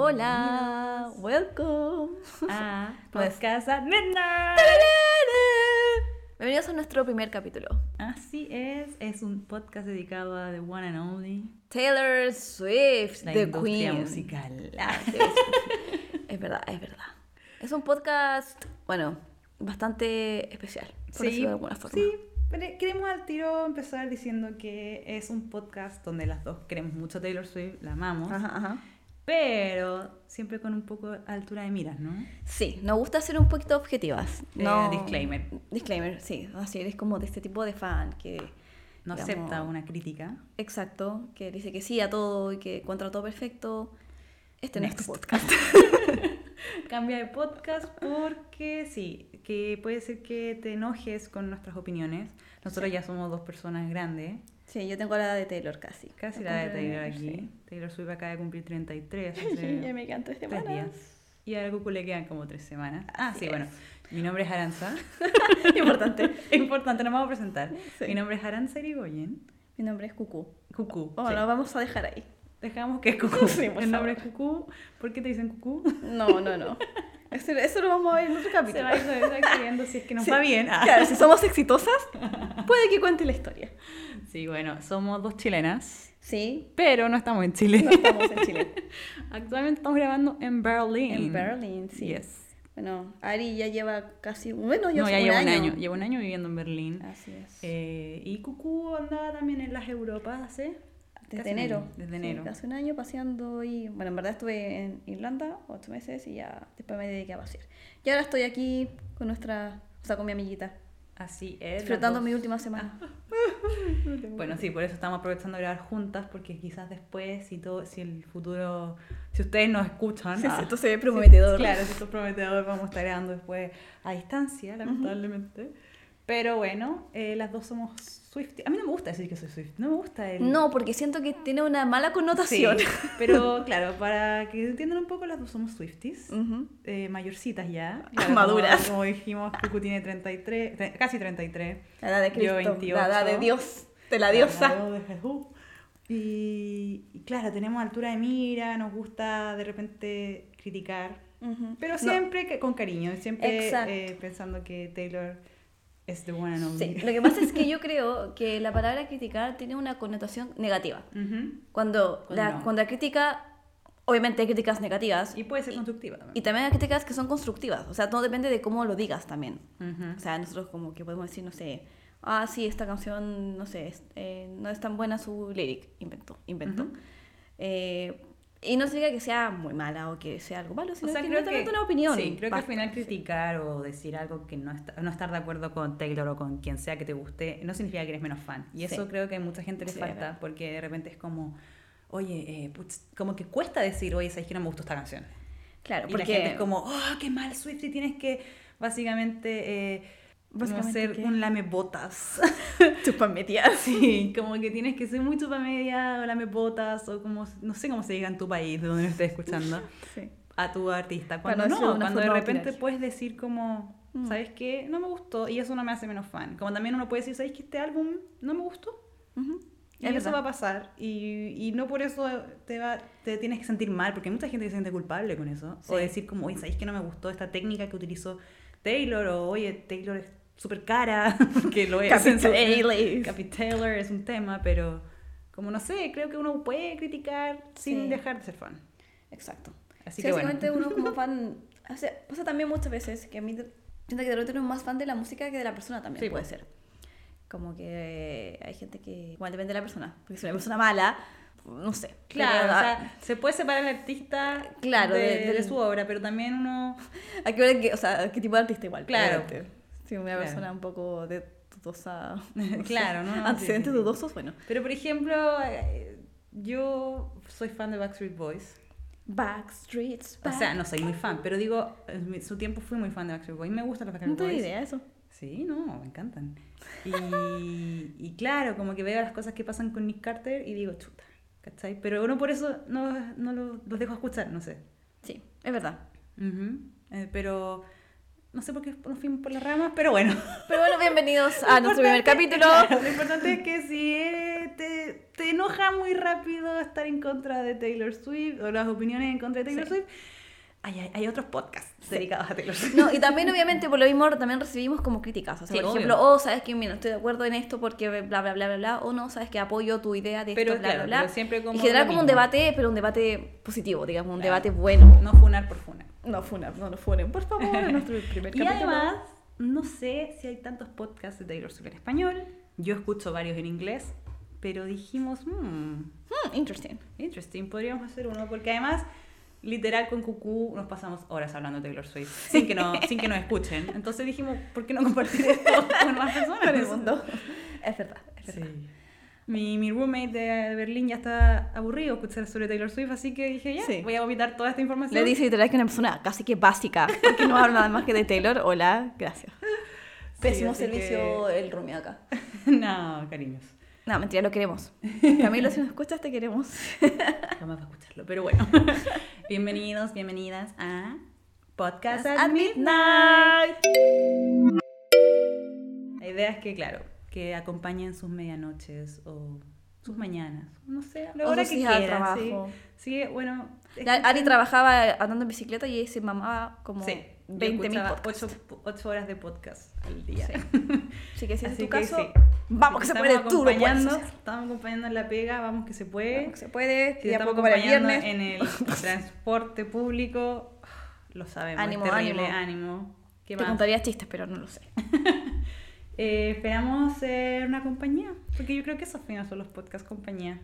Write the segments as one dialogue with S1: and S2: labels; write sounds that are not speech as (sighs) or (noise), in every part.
S1: Hola, welcome.
S2: a
S1: Pues-
S2: Podcast at Midnight.
S1: (laughs) Bienvenidos a nuestro primer capítulo.
S2: Así es, es un podcast dedicado a The One and Only,
S1: Taylor Swift,
S2: la
S1: The
S2: industria
S1: Queen.
S2: musical.
S1: Ah, sí, sí. (laughs) Es verdad, es verdad. Es un podcast, bueno, bastante especial, por decirlo de alguna forma.
S2: sí, pero queremos al tiro empezar diciendo que es un podcast donde las dos queremos mucho a Taylor Swift, la amamos,
S1: Ajá, ajá.
S2: pero siempre con un poco de altura de miras, ¿no?
S1: Sí, nos gusta ser un poquito objetivas.
S2: Eh,
S1: No,
S2: disclaimer.
S1: Disclaimer, sí. Así eres como de este tipo de fan que...
S2: No
S1: digamos,
S2: acepta una crítica.
S1: Exacto, que dice que sí a todo y que encuentra todo perfecto. Este no es tu
S2: Next. (laughs)
S1: podcast.
S2: Cambia de podcast porque sí, que puede ser que te enojes con nuestras opiniones. Nosotros ya somos dos personas grandes.
S1: Sí, yo tengo la de Taylor casi.
S2: Casi la de Taylor aquí.
S1: Sí.
S2: Taylor Swift acaba de cumplir 33 (laughs)
S1: (laughs)
S2: hace
S1: Ya me este quedan tres
S2: tres días.
S1: semanas.
S2: Y a Goku le quedan como tres semanas. Ah,
S1: Así
S2: sí,
S1: es.
S2: bueno. Mi nombre es Aranza.
S1: (laughs)
S2: (laughs)
S1: Importante.
S2: Importante, nos vamos a presentar.
S1: Sí.
S2: Mi nombre es Aranza Irigoyen.
S1: Mi nombre es Cucú.
S2: Cucú.
S1: Bueno,
S2: sí.
S1: lo vamos a dejar ahí.
S2: Dejamos (laughs) que es Cucú.
S1: Sí, por
S2: El nombre es
S1: favor.
S2: Cucú. ¿Por qué te dicen Cucú?
S1: No, no, no. (laughs) Eso, eso lo vamos a ver en otro
S2: Se
S1: capítulo.
S2: va a ir describiendo si es que nos
S1: Sí.
S2: va bien. (laughs) Ah.
S1: Claro, si somos exitosas,
S2: (laughs)
S1: puede que cuente la historia.
S2: Sí, bueno, somos dos chilenas,
S1: Sí,
S2: pero no estamos en Chile.
S1: no estamos en Chile.
S2: (laughs) Actualmente estamos grabando en Berlín.
S1: En Berlín, sí.
S2: Yes.
S1: Bueno, Ari ya lleva casi. Bueno, ya,
S2: No, ya
S1: un
S2: llevo
S1: año. Ah,
S2: un año. Llevo un año viviendo en Berlín.
S1: Así es.
S2: Eh, y Cucú andaba también en las Europas hace.
S1: desde
S2: casi un
S1: enero.
S2: año, Desde
S1: Sí,
S2: enero.
S1: casi un año paseando y. Bueno, en verdad estuve en Irlanda ocho meses y ya después me dediqué a pasear. Y ahora estoy aquí con nuestra. O sea, con mi amiguita.
S2: Así es.
S1: Disfrutando
S2: las
S1: mi
S2: dos. Ah.
S1: última semana. (laughs)
S2: Bueno, sí, por eso estamos aprovechando de grabar juntas, porque quizás después, si todo, si el futuro, si ustedes nos escuchan,
S1: Sí, sí,
S2: ah,
S1: esto se ve prometedor.
S2: sí, claro, si esto es prometedor, vamos a estar grabando después a distancia, lamentablemente. Pero bueno, eh, las dos somos Swift. A mí no me gusta decir que soy Swift, no me gusta el.
S1: No, porque siento que tiene una mala
S2: Sí,
S1: (laughs) connotación.
S2: pero claro, para que entiendan un poco, las dos somos Swifties.
S1: Ujú.
S2: eh, mayorcitas ya.
S1: Mm. Ah, maduras.
S2: Como, como dijimos, Cucu tiene 33, tre- casi 33.
S1: La edad de
S2: Yo
S1: Cristo,
S2: 28.
S1: la edad de Dios, de la diosa.
S2: Al lado de Jesús. Y, y claro, tenemos altura de mira, nos gusta de repente criticar,
S1: Ujú.
S2: pero
S1: No,
S2: siempre que- con cariño, siempre
S1: Exacto.
S2: eh, pensando que Taylor es the one and
S1: sí,
S2: only.
S1: lo que pasa es que yo creo que la palabra criticar tiene una connotación negativa.
S2: Ujú.
S1: Cuando,
S2: Cuando
S1: la,
S2: no.
S1: cuando la crítica, obviamente hay críticas negativas
S2: Y
S1: y,
S2: puede ser constructiva también.
S1: también hay críticas que son constructivas. O sea, todo depende de cómo lo digas también. O
S2: Ujú.
S1: sea, nosotros como que podemos decir, no sé, ah, sí, esta canción, no sé, es- eh, no es tan buena su lyric, inventó, inventó.
S2: Ujú.
S1: Eh, y no significa que sea muy mala o que sea algo malo, sino
S2: O sea,
S1: que
S2: creo
S1: netamente
S2: que-
S1: una opinión.
S2: Sí, creo
S1: Basta.
S2: que al final criticar o decir algo que no, está- no estar de acuerdo con Taylor o con quien sea que te guste, no significa que eres menos fan. Y eso
S1: Sí.
S2: creo que a mucha gente le
S1: Sí, es
S2: falta,
S1: verdad.
S2: porque de repente es como, oye, eh, putz, como que cuesta decir, oye, sabes que no me gustó esta canción.
S1: Claro,
S2: Y la
S1: porque
S2: gente es como, oh, qué mal, Swift, y tienes que básicamente, eh, como
S1: Básicamente,
S2: ser
S1: ¿qué? (laughs)
S2: un lamebotas.
S1: chupametias.
S2: (laughs) sí, como que tienes que ser muy media o lamebotas, o como, no sé cómo se diga en tu país, de donde me estés escuchando
S1: Sí.
S2: a tu artista.
S1: Para
S2: Cuando
S1: no decirlo de
S2: no,
S1: una
S2: cuando de
S1: forma
S2: repente
S1: rutinaria.
S2: puedes decir como,
S1: Mm.
S2: ¿sabes qué? No me gustó y eso no me hace menos fan. Como también uno puede decir, ¿sabes qué? Este álbum no me gustó.
S1: Ujú.
S2: Y
S1: Es
S2: eso
S1: verdad.
S2: va a pasar. Y, y no por eso te, va, te tienes que sentir mal, porque hay mucha gente que se siente culpable con eso.
S1: Sí.
S2: O decir como, oye, ¿sabes qué? No me gustó esta técnica que utilizó Taylor? O, oye, Taylor es súper cara, (laughs) porque lo es. (laughs)
S1: Capi
S2: en su-
S1: Taylor.
S2: Capi Taylor es un tema, pero como no sé, creo que uno puede criticar sin
S1: Sí.
S2: dejar de ser fan.
S1: Exacto. Sí,
S2: Así que bueno.
S1: básicamente uno
S2: (laughs)
S1: como fan... o sea, pasa también muchas veces que a mí... de- Siento que de repente uno es más fan de la música que de la persona también,
S2: Sí,
S1: puede
S2: pues.
S1: ser. Como que hay gente que... Igual depende de la persona. Porque si una persona mala, no sé.
S2: Claro,
S1: Pero, ah,
S2: o sea, se puede separar el artista
S1: Claro,
S2: de,
S1: del-
S2: de su obra, pero también uno...
S1: Hay que ver qué, o sea, qué tipo de artista igual.
S2: Claro.
S1: obviamente. Si una
S2: Claro.
S1: persona un poco de
S2: (laughs)
S1: dudosa...
S2: Claro, no, no, sí,
S1: Antecedentes
S2: sí, sí.
S1: dudosos, bueno.
S2: Pero, por ejemplo, eh, yo soy fan de Backstreet Boys.
S1: Backstreets.
S2: O sea, no soy muy fan, pero digo, en mi- su tiempo fui muy fan de Backstreet Boys. Me gustan los Backstreet
S1: No tengo
S2: Boys.
S1: idea de eso.
S2: Sí, no, me encantan. Y, y claro, como que veo las cosas que pasan con Nick Carter y digo, chuta, ¿cachai? Pero no por eso no, no lo- los dejo escuchar, no sé.
S1: Sí, es verdad.
S2: Ujú. Eh, pero no sé por qué nos fuimos por las ramas, pero bueno. (laughs)
S1: Pero bueno, bienvenidos a Ah, nuestro primer
S2: importante-
S1: capítulo.
S2: claro, lo importante es que si eres- te te, te enoja muy rápido estar en contra de Taylor Swift o las opiniones en contra de Taylor
S1: Sí.
S2: Swift, hay, hay- hay otros podcasts dedicados a Taylor Swift.
S1: No, y también obviamente por lo mismo también recibimos como críticas. O sea,
S2: Sí,
S1: por
S2: obvio.
S1: ejemplo, oh, sabes que mira, estoy de acuerdo en esto porque bla bla bla bla bla, o no, sabes que apoyo tu idea de
S2: Pero
S1: esto, bla
S2: claro,
S1: bla bla.
S2: pero siempre como
S1: y generar
S2: lo
S1: como un
S2: mismo.
S1: debate, pero un debate positivo, digamos, un
S2: Claro.
S1: debate bueno.
S2: (laughs) No funar por funar.
S1: No funen, no nos funen, por favor, en Oh, nuestro
S2: (laughs)
S1: primer
S2: Y
S1: capítulo.
S2: además, no sé si hay tantos podcasts de Taylor Swift en español. Yo escucho varios en inglés, pero dijimos, "Hmm,
S1: Hmm,
S2: (laughs)
S1: interesting.
S2: interesting, podríamos hacer uno, porque además, literal con Cucú nos pasamos horas hablando de Taylor Swift sin que, no, sin que nos escuchen. Entonces dijimos, ¿por qué no compartir esto (laughs) con más personas?
S1: Con el mundo. Es verdad, es
S2: Sí.
S1: verdad.
S2: Mi, mi roommate de Berlín ya está aburrido escuchar sobre Taylor Swift, así que dije, ya,
S1: Sí.
S2: voy a vomitar toda esta información.
S1: Le dice literal que es una persona casi que básica, porque no habla nada más que de Taylor. Hola, gracias.
S2: Sí,
S1: Pésimo
S2: así que-
S1: servicio el rumio acá.
S2: (laughs) no, cariños.
S1: No, mentira, lo queremos. Camilo, si nos escuchas, te queremos. (laughs)
S2: Jamás va a escucharlo, pero bueno. (laughs) Bienvenidos, bienvenidas a Podcast at,
S1: At
S2: Midnight. La idea es que, claro, que acompañen sus medianoches o sus mañanas, no sé, la
S1: O
S2: hora
S1: sus
S2: que
S1: idas al
S2: quieran, sí.
S1: trabajo.
S2: Sí, bueno, es-
S1: La- Ari trabajaba andando en bicicleta y se mamaba como
S2: sí,
S1: 20 mil
S2: 8, horas de podcast al día.
S1: Sí. Así que si es
S2: Así
S1: tu
S2: que
S1: caso,
S2: sí.
S1: vamos que se
S2: Estamos
S1: puede, tú lo puedes
S2: acompañando,
S1: hacer.
S2: Estamos acompañando en la pega, vamos que se puede.
S1: Vamos que se puede,
S2: Si
S1: y a
S2: estamos
S1: poco para el
S2: acompañando
S1: viernes.
S2: en el
S1: (laughs)
S2: transporte público, (sighs) lo sabemos,
S1: Ánimo,
S2: es terrible,
S1: ánimo.
S2: ánimo. ¿Qué
S1: Te
S2: más?
S1: contaría chistes, pero no lo sé.
S2: Eh, esperamos ser una compañía, porque yo creo que esos finos son los podcasts compañía.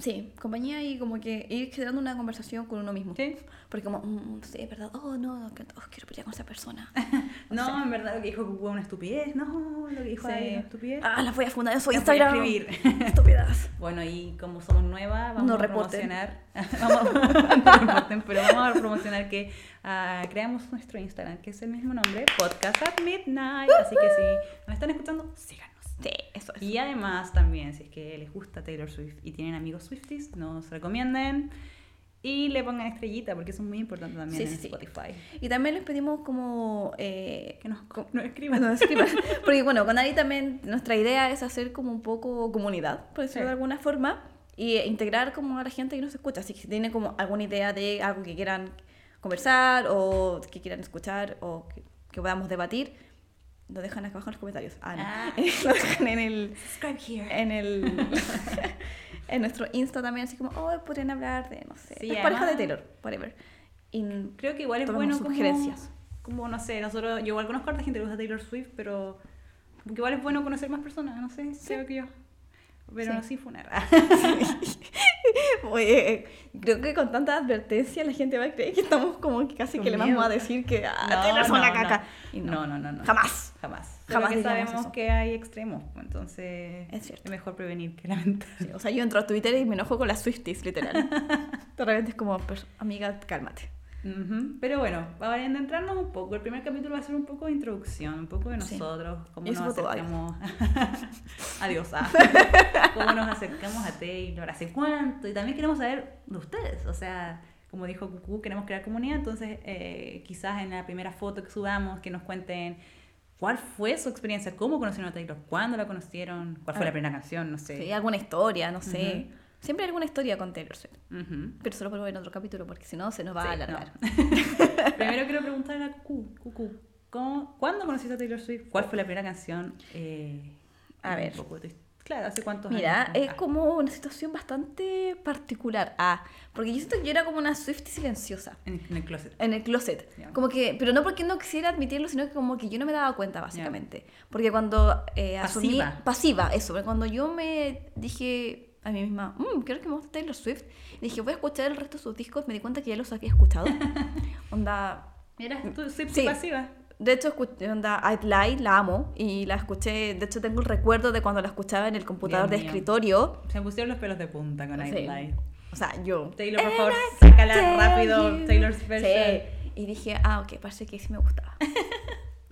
S1: Sí, compañía y como que ir generando una conversación con uno mismo.
S2: Sí.
S1: Porque como, mm, sí, es verdad, oh no, no, que- oh, quiero pelear con esa persona.
S2: No, en verdad lo que dijo Cucu es una estupidez, no, lo que (laughs) dijo
S1: Sí.
S2: Ari es una estupidez.
S1: Ah, las voy a fundar en su
S2: Las voy a
S1: Instagram.
S2: escribir. (laughs)
S1: Estúpidas.
S2: Bueno, y como somos nuevas, vamos
S1: No
S2: a
S1: reporten.
S2: promocionar. (laughs) vamos, a- (laughs) no reporten, pero vamos a promocionar que ah, creamos nuestro Instagram, que es el mismo nombre, Podcast at Midnight. Así que si nos están escuchando, síganos.
S1: Sí, eso es.
S2: Y además también, si es que les gusta Taylor Swift y tienen amigos Swifties, nos recomienden y le pongan estrellita, porque eso es muy importante también
S1: Sí,
S2: en
S1: sí, sí.
S2: Spotify.
S1: Y también les pedimos como... eh,
S2: Que nos,
S1: co-
S2: nos escriban.
S1: No, sí, pa-
S2: (laughs)
S1: Porque bueno, con Ari también nuestra idea es hacer como un poco comunidad, por decirlo
S2: Sí.
S1: de alguna forma, y eh, integrar como a la gente que nos escucha. Así que si tienen como alguna idea de algo que quieran conversar o que quieran escuchar o que, que podamos debatir, lo dejan acá abajo en los comentarios. Ah, no.
S2: Ah.
S1: (laughs) lo dejan en el...
S2: Subscribe here.
S1: En
S2: (laughs)
S1: el en nuestro Insta también, así como, oh, podrían hablar de, no sé,
S2: Sí,
S1: las parejas de
S2: además-
S1: Taylor, whatever. Y
S2: Creo que igual es
S1: Tomamos
S2: bueno como,
S1: sugerencias.
S2: como, no sé, nosotros, yo igual conozco a harta gente que gusta Taylor Swift, pero como que igual es bueno conocer más personas, no sé, creo que yo. Pero
S1: Sí.
S2: no
S1: (laughs)
S2: sin funar. (laughs)
S1: Oye, eh, creo que con tanta advertencia la gente va a creer que estamos como que casi
S2: Con
S1: que le vamos
S2: miedo.
S1: a decir que ah,
S2: No,
S1: Taylor es
S2: no,
S1: una
S2: no.
S1: caca. Y
S2: No, no, no, no.
S1: Jamás.
S2: Jamás.
S1: Jamás
S2: Jamás que
S1: digamos
S2: sabemos
S1: eso.
S2: que hay extremos, pues, entonces
S1: Es cierto.
S2: mejor prevenir que lamentar.
S1: Sí, o sea, yo entro a Twitter y me enojo con las Swifties,
S2: (laughs)
S1: literal. De repente es como, "Pero, amiga, cálmate.
S2: Ujú, Pero bueno, ahora a adentrarnos un poco. El primer capítulo va a ser un poco de introducción, un poco de
S1: Sí.
S2: nosotros, cómo
S1: Y eso
S2: nos
S1: fue todo.
S2: acercamos. (laughs) Adiós. ah.
S1: (laughs)
S2: cómo nos acercamos a Taylor, hace cuánto. Y también queremos saber de ustedes. O sea, como dijo Cucú, queremos crear comunidad. Entonces, eh, quizás en la primera foto que subamos, que nos cuenten cuál fue su experiencia, cómo conocieron a Taylor, cuándo la conocieron, cuál fue
S1: Ah.
S2: la primera canción, no sé.
S1: Sí, alguna historia, no sé. Siempre hay alguna historia con Taylor Swift.
S2: Ujú.
S1: Pero solo podemos ver en otro capítulo porque si no se nos va
S2: Sí,
S1: a alargar.
S2: Primero quiero preguntar a Cucú, Cucú, ¿cómo- ¿cuándo conociste a Taylor Swift? ¿Cuál fue la primera canción? Eh,
S1: A ver.
S2: un poco de tu- claro, ¿hace cuántos
S1: Mira,
S2: años?
S1: es
S2: Ah,
S1: como una situación bastante particular. Ah, porque yo siento que yo era como una Swiftie silenciosa.
S2: En, en el closet.
S1: En el closet.
S2: Ya.
S1: Como que, pero no porque no quisiera admitirlo, sino que como que yo no me daba cuenta, básicamente. Porque cuando eh, asumí...
S2: Pasiva.
S1: Pasiva, eso. Porque cuando yo me dije a mí misma, "Mm, creo que me gusta Taylor Swift, dije, voy a escuchar el resto de sus discos, me di cuenta que ya los había
S2: (laughs)
S1: escuchado. onda...
S2: Mira, tú soy
S1: Sí.
S2: pasiva.
S1: De hecho, escuché, onda, I'd Lie, la amo, y la escuché, de hecho tengo el recuerdo de cuando la escuchaba en el computador de
S2: Dios mío.
S1: escritorio.
S2: Se me pusieron los pelos de punta con
S1: Sí.
S2: Iron Light.
S1: O sea, yo...
S2: Taylor, por
S1: And
S2: favor,
S1: I
S2: sácala
S1: tell
S2: rápido,
S1: you.
S2: Taylor's
S1: Sí.
S2: version.
S1: Y dije, ah, ok, parece que sí me
S2: (laughs)
S1: gustaba.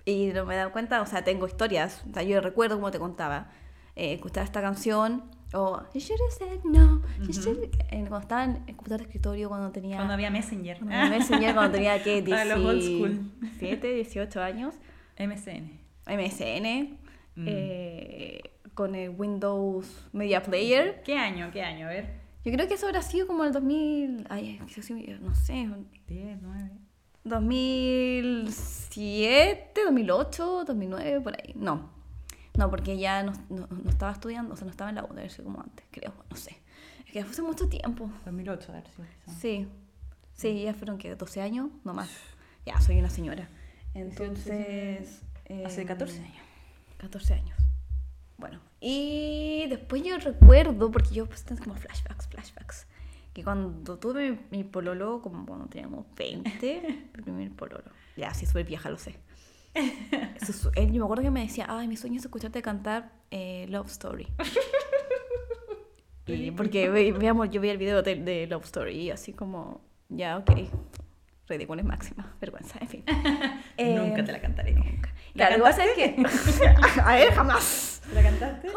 S1: y no me he dado cuenta, o sea, tengo historias. O sea, yo recuerdo como te contaba. Eh, escuchaba esta canción, o You should have said no. you
S2: Ujú.
S1: should- eh, cuando estaba en el computador de escritorio, cuando tenía.
S2: Cuando había Messenger.
S1: cuando me enseñé, cuando tenía que
S2: (laughs) A los old school.
S1: 17, 18 años.
S2: MSN.
S1: MSN.
S2: Mm.
S1: eh, con el Windows Media Player.
S2: ¿Qué año? ¿Qué año? A ver.
S1: Yo creo que eso habrá sido como el 2000, ay, es que sí, no sé,
S2: 10, 9.
S1: 2007, 2008, 2009, por ahí. No, no, porque ya no, no- no estaba estudiando, o sea, no estaba en la U, debe ser como antes, creo, no sé. Es que fue hace mucho tiempo.
S2: 2008, a ver si. Sí.
S1: Sí, sí, ya fueron que 12 años, no más. Ya, soy una señora. Entonces.
S2: Hace
S1: em,
S2: 14 años.
S1: 14 años. Bueno, y después yo recuerdo, porque yo pues tengo como flashbacks, flashbacks, que cuando tuve mi, mi pololo, como cuando teníamos 20, mi primer pololo. Ya, sí, súper vieja, lo sé. Su- su- él, yo me acuerdo que me decía, ay, mi sueño es escucharte cantar eh, Love Story. Y porque ve- veamos, yo vi el video de, de Love Story y así como, ya, ok, ridiculez máxima, vergüenza, en fin. (laughs)
S2: (laughs) Nunca
S1: Em,
S2: te la cantaré. Nunca.
S1: Claro, igual sabes que. A ver, jamás.
S2: ¿La cantaste?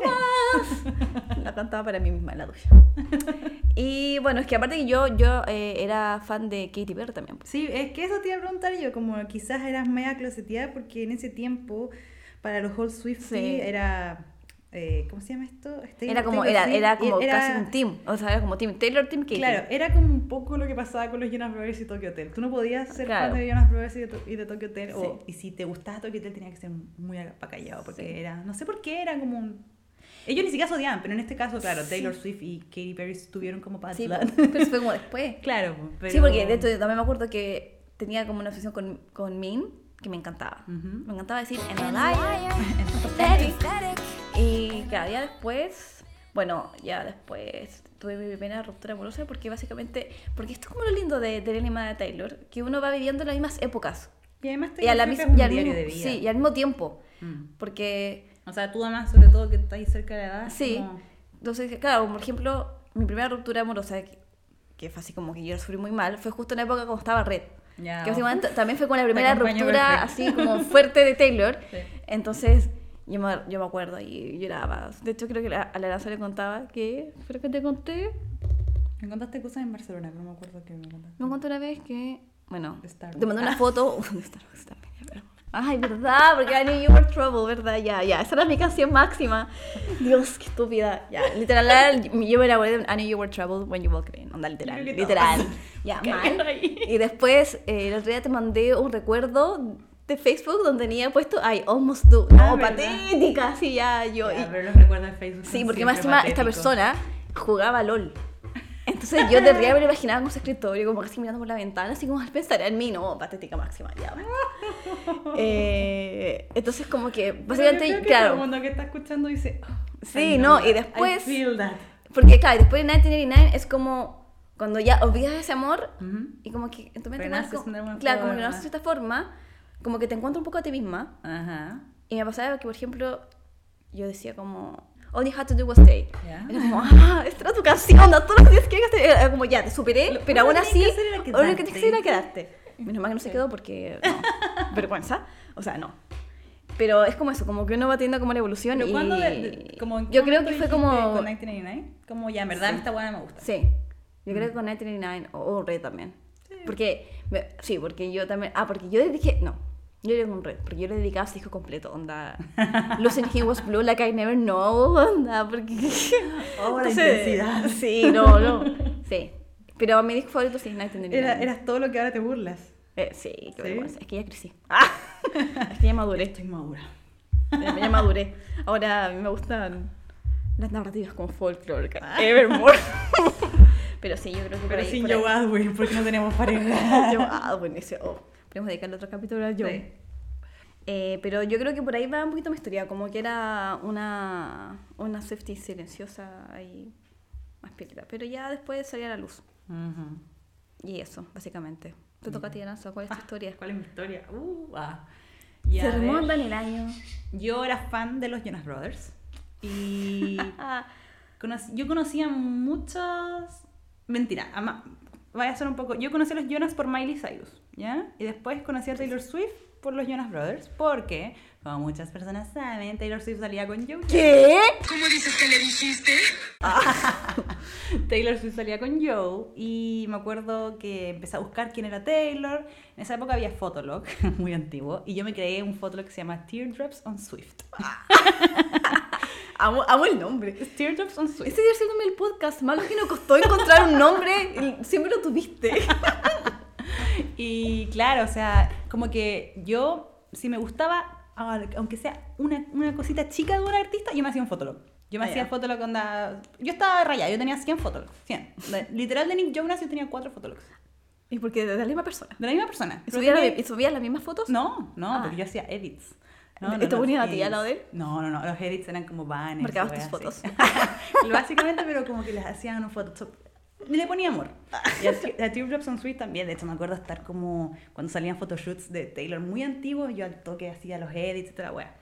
S1: La cantaba para mí misma en la ducha. Y bueno, es que aparte que yo, yo eh, era fan de Katy Perry también. pues.
S2: (laughs) Sí, es que eso te iba a preguntar yo, como quizás eras media closeteada porque en ese tiempo para los Whole Swift
S1: Sí.
S2: era eh, ¿cómo se llama esto? Este-
S1: Era como, era,
S2: Taylor Swift,
S1: era como
S2: era-
S1: casi un team. O sea, era como team Taylor, team Katy.
S2: Claro, era como un poco lo que pasaba con los Jonas Brothers y Tokyo Hotel. Tú no podías ser
S1: Claro.
S2: fan de Jonas Brothers y de, To- y de Tokyo Hotel o-
S1: Sí.
S2: y si te gustaba Tokyo Hotel tenía que ser muy apacallado porque
S1: Sí.
S2: era no sé por qué era como un ellos ni siquiera se odiaban, pero en este caso, claro, Taylor Swift y Katy Perry estuvieron como para
S1: Sí, pues, pero fue como después.
S2: Claro, pero...
S1: Sí, porque de hecho yo también me acuerdo que tenía como una obsesión con, con Min que me encantaba.
S2: Ujú.
S1: Me encantaba decir And I (laughs) like it, pathetic. Y cada día después, bueno, ya después tuve mi primera ruptura amorosa porque básicamente, porque esto es como lo lindo de, del enigma de Taylor, que uno va viviendo las mismas épocas.
S2: Y además
S1: Y, a la
S2: Taylor Swift
S1: mis-
S2: es un
S1: y al
S2: diario
S1: mismo,
S2: de vida.
S1: sí, y al mismo tiempo.
S2: Mm.
S1: Porque
S2: O sea, tú además, sobre todo que estás cerca de la edad.
S1: Sí.
S2: Ah, como-
S1: Entonces, claro, por ejemplo, mi primera ruptura amorosa, que, que fue así como que yo la sufrí muy mal, fue justo en la época cuando estaba Red.
S2: Ya.
S1: Que básicamente también fue con la primera
S2: acompaño
S1: ruptura
S2: perfecto.
S1: así como fuerte de Taylor.
S2: (laughs) Sí.
S1: Entonces, yo me, yo me acuerdo y lloraba. De hecho, creo que la- a la Lazo le contaba que, creo que te conté,
S2: Me contaste cosas en Barcelona, pero no me acuerdo qué me contaste.
S1: me contó una vez que, bueno,
S2: Starbucks.
S1: te mandé una
S2: Ah.
S1: foto. (laughs) de Starbucks también, ya, pero- Ay, verdad, porque I knew you were trouble, verdad, ya, ya. Esa era mi canción máxima. Dios, qué estúpida. Ya, literal, la- yo me enamoré de I knew you were trouble when you walked in. Onda, literal,
S2: Creo que
S1: literal.
S2: (laughs) todos.
S1: Ya,
S2: Cagaron
S1: mal.
S2: ahí.
S1: Y después, eh, el otro día te mandé un recuerdo de Facebook donde tenía puesto I almost do. No,
S2: Ah, ¿verdad?
S1: patética, así ya, yo.
S2: Ya,
S1: y-
S2: pero los recuerdos de Facebook.
S1: Sí,
S2: son
S1: porque más
S2: siempre
S1: encima esta
S2: patéticos.
S1: persona jugaba LOL. Entonces yo de arriba me lo imaginaba como su escritorio, como casi mirando por la ventana, así como al pensar en mí, no, patética máxima, ya.
S2: (laughs)
S1: basta. Eh, entonces como que
S2: Pero yo
S1: básicamente,
S2: creo que Todo el
S1: claro,
S2: mundo que está escuchando dice. "Oh,
S1: Sí,
S2: I
S1: no,
S2: know
S1: y
S2: that.
S1: después-
S2: I feel that.
S1: porque claro, después de 1989 es como cuando ya olvidas ese amor
S2: Ujú.
S1: y como que en tu mente
S2: Renaces
S1: como-
S2: de alguna
S1: claro, como que
S2: forma.
S1: no de esta forma, como que te encuentras un poco a ti misma.
S2: Ajá.
S1: Y me pasaba que, por ejemplo, yo decía como, All you had to do was stay.
S2: Ya.
S1: Era como, (laughs) ah, esta era tu canción, no, todos los días que hacer. Era como, ya, te superé,
S2: Lo-
S1: pero
S2: lo
S1: aún
S2: que
S1: así,
S2: tenías que hacer era
S1: ahora lo que
S2: quedarte.
S1: tenías que hacer era quedarte. Menos mal que no se quedó porque,
S2: (laughs)
S1: no, vergüenza. O sea, no. Pero es como eso, como que uno va teniendo como la evolución
S2: Pero
S1: y...
S2: cuando. Como, ¿en qué
S1: yo creo
S2: momento
S1: que fue
S2: dijiste
S1: como...
S2: Con 1999? Como ya, en verdad,
S1: Sí.
S2: esta buena me gusta.
S1: Sí, yo creo que
S2: Mm.
S1: con 999 o, o Red también. Porque, me- sí, porque yo también. Ah, porque yo le dije. No, yo le con Red, porque yo le dedicaba ese disco completo,
S2: (laughs)
S1: onda. Losing He Was Blue, like I never know, onda, porque.
S2: Oh, la
S1: Entonces,
S2: intensidad.
S1: Sí, no, no. Sí. Pero mi disco favorito sí es 999.
S2: Era, eras todo lo que ahora te burlas.
S1: Eh, sí, qué
S2: ¿Sí?
S1: vergüenza. Es que ya crecí. (laughs) Ah, es que ya maduré.
S2: Estoy madura.
S1: Ya, ya maduré. Ahora a mí me gustan las narrativas con folclore.
S2: (laughs)
S1: Evermore. Pero sí, yo creo que por
S2: Ah. Pero
S1: ahí-
S2: sin
S1: por ahí-
S2: Joe Adwin, porque no
S1: (laughs)
S2: tenemos pareja. (laughs)
S1: yo, ah, bueno, ese, oh, podemos dedicarle otro capítulo a yo.
S2: Sí.
S1: Eh, pero yo creo que por ahí va un poquito mi historia, como que era una, una safety silenciosa ahí más pirata. Pero ya después salía a la luz.
S2: Ujú. Ah,
S1: Y eso, básicamente. Te toca a ti, Aranza, ¿cuál es tu historia?
S2: ¿Cuál es mi historia? Uh, ah. Ya,
S1: Se
S2: a ver.
S1: remonta en el año.
S2: Yo era fan de los Jonas Brothers
S1: (laughs)
S2: y
S1: Ah,
S2: conocí- yo conocía muchos... Mentira, ama- vaya a ser un poco... Yo conocí a los Jonas por Miley Cyrus, ¿ya? Y después conocí a Taylor Swift por los Jonas Brothers porque, como muchas personas saben, Taylor Swift salía con Joe.
S1: (laughs) ¿Qué?
S2: Taylor Swift salía con Joe y me acuerdo que empecé a buscar quién era Taylor. En esa época había Fotolog, (laughs) muy antiguo, y yo me creé un Fotolog que se llama Teardrops on Swift.
S1: Amo, amo el nombre.
S2: Teardrops on Sweet.
S1: Ese debe ser el nombre del podcast. Malo que nos costó encontrar un nombre. el- Siempre lo tuviste. (laughs)
S2: Y claro, o sea, como que yo, si me gustaba, aunque sea una, una cosita chica de un artista, yo me hacía un fotolog. Yo me
S1: Ah,
S2: hacía
S1: ya.
S2: fotolog onda... Yo estaba rayada, yo tenía 100 fotologs. 100. De- literal, de Nick Jonas yo tenía 4 fotologs.
S1: Y porque de la misma persona.
S2: De la misma persona.
S1: ¿Y
S2: Pero
S1: subías
S2: tenía-
S1: la- y subías las mismas fotos?
S2: No, no,
S1: Ah.
S2: porque yo hacía edits.
S1: ¿Y te ponías
S2: los
S1: a ti al lado de él?
S2: edits. No, no, no. Los edits eran como banners.
S1: Marcabas
S2: weas
S1: tus
S2: así. (laughs) Básicamente, pero como que les hacían un Photoshop. Y Le ponía amor. Y a Te- a Teardrops on Sweet también. De hecho, me acuerdo estar como cuando salían photoshoots de Taylor muy antiguos. Yo al toque hacía los edits y toda la wea.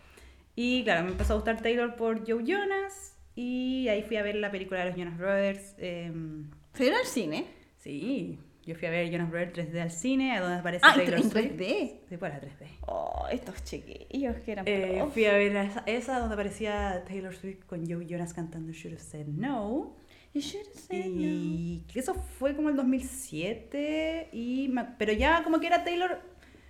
S2: Y claro, me empezó a gustar Taylor por Joe Jonas. Y ahí fui a ver la película de los Jonas Brothers. em,
S1: Se dieron al cine.
S2: sí, yo fui a ver Jonas Brothers 3D al cine, a donde aparece
S1: Ah, en
S2: Taylor
S1: tre- en
S2: Swift.
S1: 3D.
S2: Sí, pues, para 3D.
S1: Oh, estos chiquillos que eran
S2: Eh,
S1: prof.
S2: fui a ver a esa, esa donde aparecía Taylor Swift con Joe Jonas cantando Should Have Said No.
S1: You should have said no.
S2: Y eso fue como el 2007. Y me- pero ya como que era Taylor.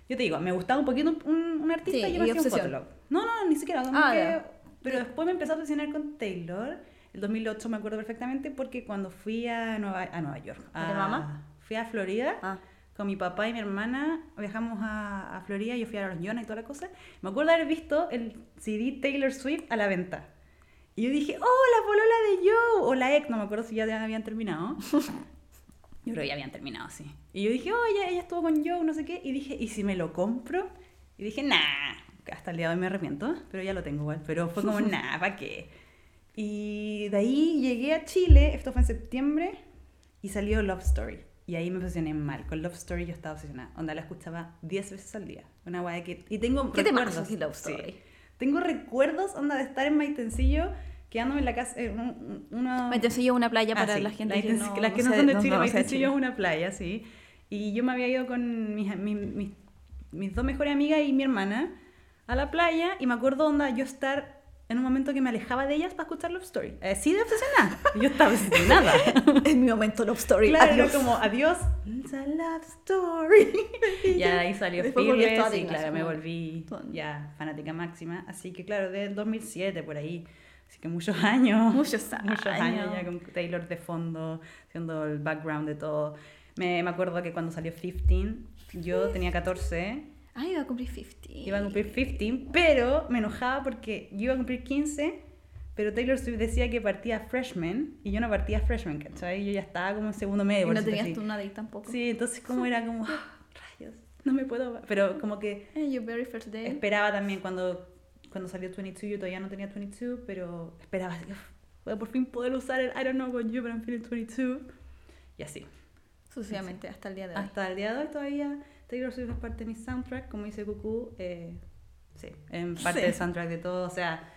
S2: Yo te digo, me gustaba un poquito un, un artista
S1: Sí,
S2: y yo me
S1: y
S2: hacía un
S1: obsesión.
S2: fotolog. No, no, ni siquiera. como
S1: Ah,
S2: que-
S1: ya.
S2: Pero después me empecé a obsesionar con Taylor. El 2008 me acuerdo perfectamente porque cuando fui a Nueva, a Nueva York.
S1: ¿A tu
S2: a-
S1: mamá?
S2: Fui a Florida
S1: Ah,
S2: con mi papá y mi hermana viajamos a, a Florida, yo fui a los Jonas y toda la cosa. Me acuerdo haber visto el CD Taylor Swift a la venta. Y yo dije, oh, la polola de Joe, o la ex, no me acuerdo si ya habían terminado. Yo creo que ya habían terminado, sí. Y yo dije, oh, ella, ella estuvo con Joe, no sé qué. Y dije, ¿y si me lo compro? Y dije, nah, hasta el día de hoy me arrepiento, pero ya lo tengo igual. Pero fue
S1: (laughs)
S2: como, nah, ¿para qué? Y de ahí llegué a Chile, esto fue en septiembre, y salió Love Story. Y ahí me obsesioné mal. Con Love Story yo estaba obsesionada. Onda la escuchaba 10 veces al día. Una guay que. Y tengo.
S1: ¿Qué
S2: recuerdos.
S1: temazos de Love
S2: Sí.
S1: Story?
S2: Tengo recuerdos, onda, de estar en Maitencillo, quedándome en la casa. en un- un- una-
S1: Me entonces yo una playa
S2: Ah,
S1: para
S2: sí,
S1: la gente que
S2: Maitencillo-
S1: no,
S2: las que no,
S1: sabe-
S2: son de Chile.
S1: sabe (laughs)
S2: Maitencillo
S1: Chile.
S2: es una playa, sí. Y yo me había ido con mis, mis, mis- mis dos mejores amigas y mi hermana a la playa y me acuerdo, onda, yo estar en un momento que me alejaba de ellas para escuchar Love Story. Así de obsesionada. Yo
S1: (laughs)
S2: estaba obsesionada.
S1: Es mi momento Love Story.
S2: Claro, era
S1: adiós.
S2: como adiós, it's a love (laughs) story. ya de ahí salió
S1: Después volví
S2: Fearless
S1: toda
S2: y
S1: digna,
S2: claro,
S1: así
S2: me
S1: como-
S2: volví
S1: toda-
S2: ya fanática máxima. Así que claro, del 2007 por ahí. Así que muchos (laughs) años.
S1: Muchos
S2: Muchos años
S1: años.
S2: ya con Taylor de fondo, siendo el background de todo. Me, me acuerdo que cuando salió 15, yo tenía 14,
S1: Ah, iba a cumplir 50.
S2: iba a cumplir 15, pero me enojaba porque yo iba a cumplir 15, pero Taylor Swift decía que partía freshman y yo no partía freshman, ¿cachai? Yo ya estaba como en segundo medio.
S1: Y
S2: por
S1: no
S2: decirlo
S1: tenías
S2: así.
S1: tú una date tampoco.
S2: Sí, entonces como era como, "Ah, rayos, no me puedo... Pero como que
S1: Eh, your very first day.
S2: esperaba también cuando, cuando salió 22, yo todavía no tenía 22, pero esperaba así, "Uf, voy a por fin poder usar el I don't know about you, but I'm feeling 22. Y así.
S1: Sucesivamente, hasta el día de hoy.
S2: Hasta el día de hoy todavía Taylor Swift es parte de mi soundtrack, como dice Cucú, eh, sí, en parte
S1: Sí.
S2: del soundtrack de todo, o sea...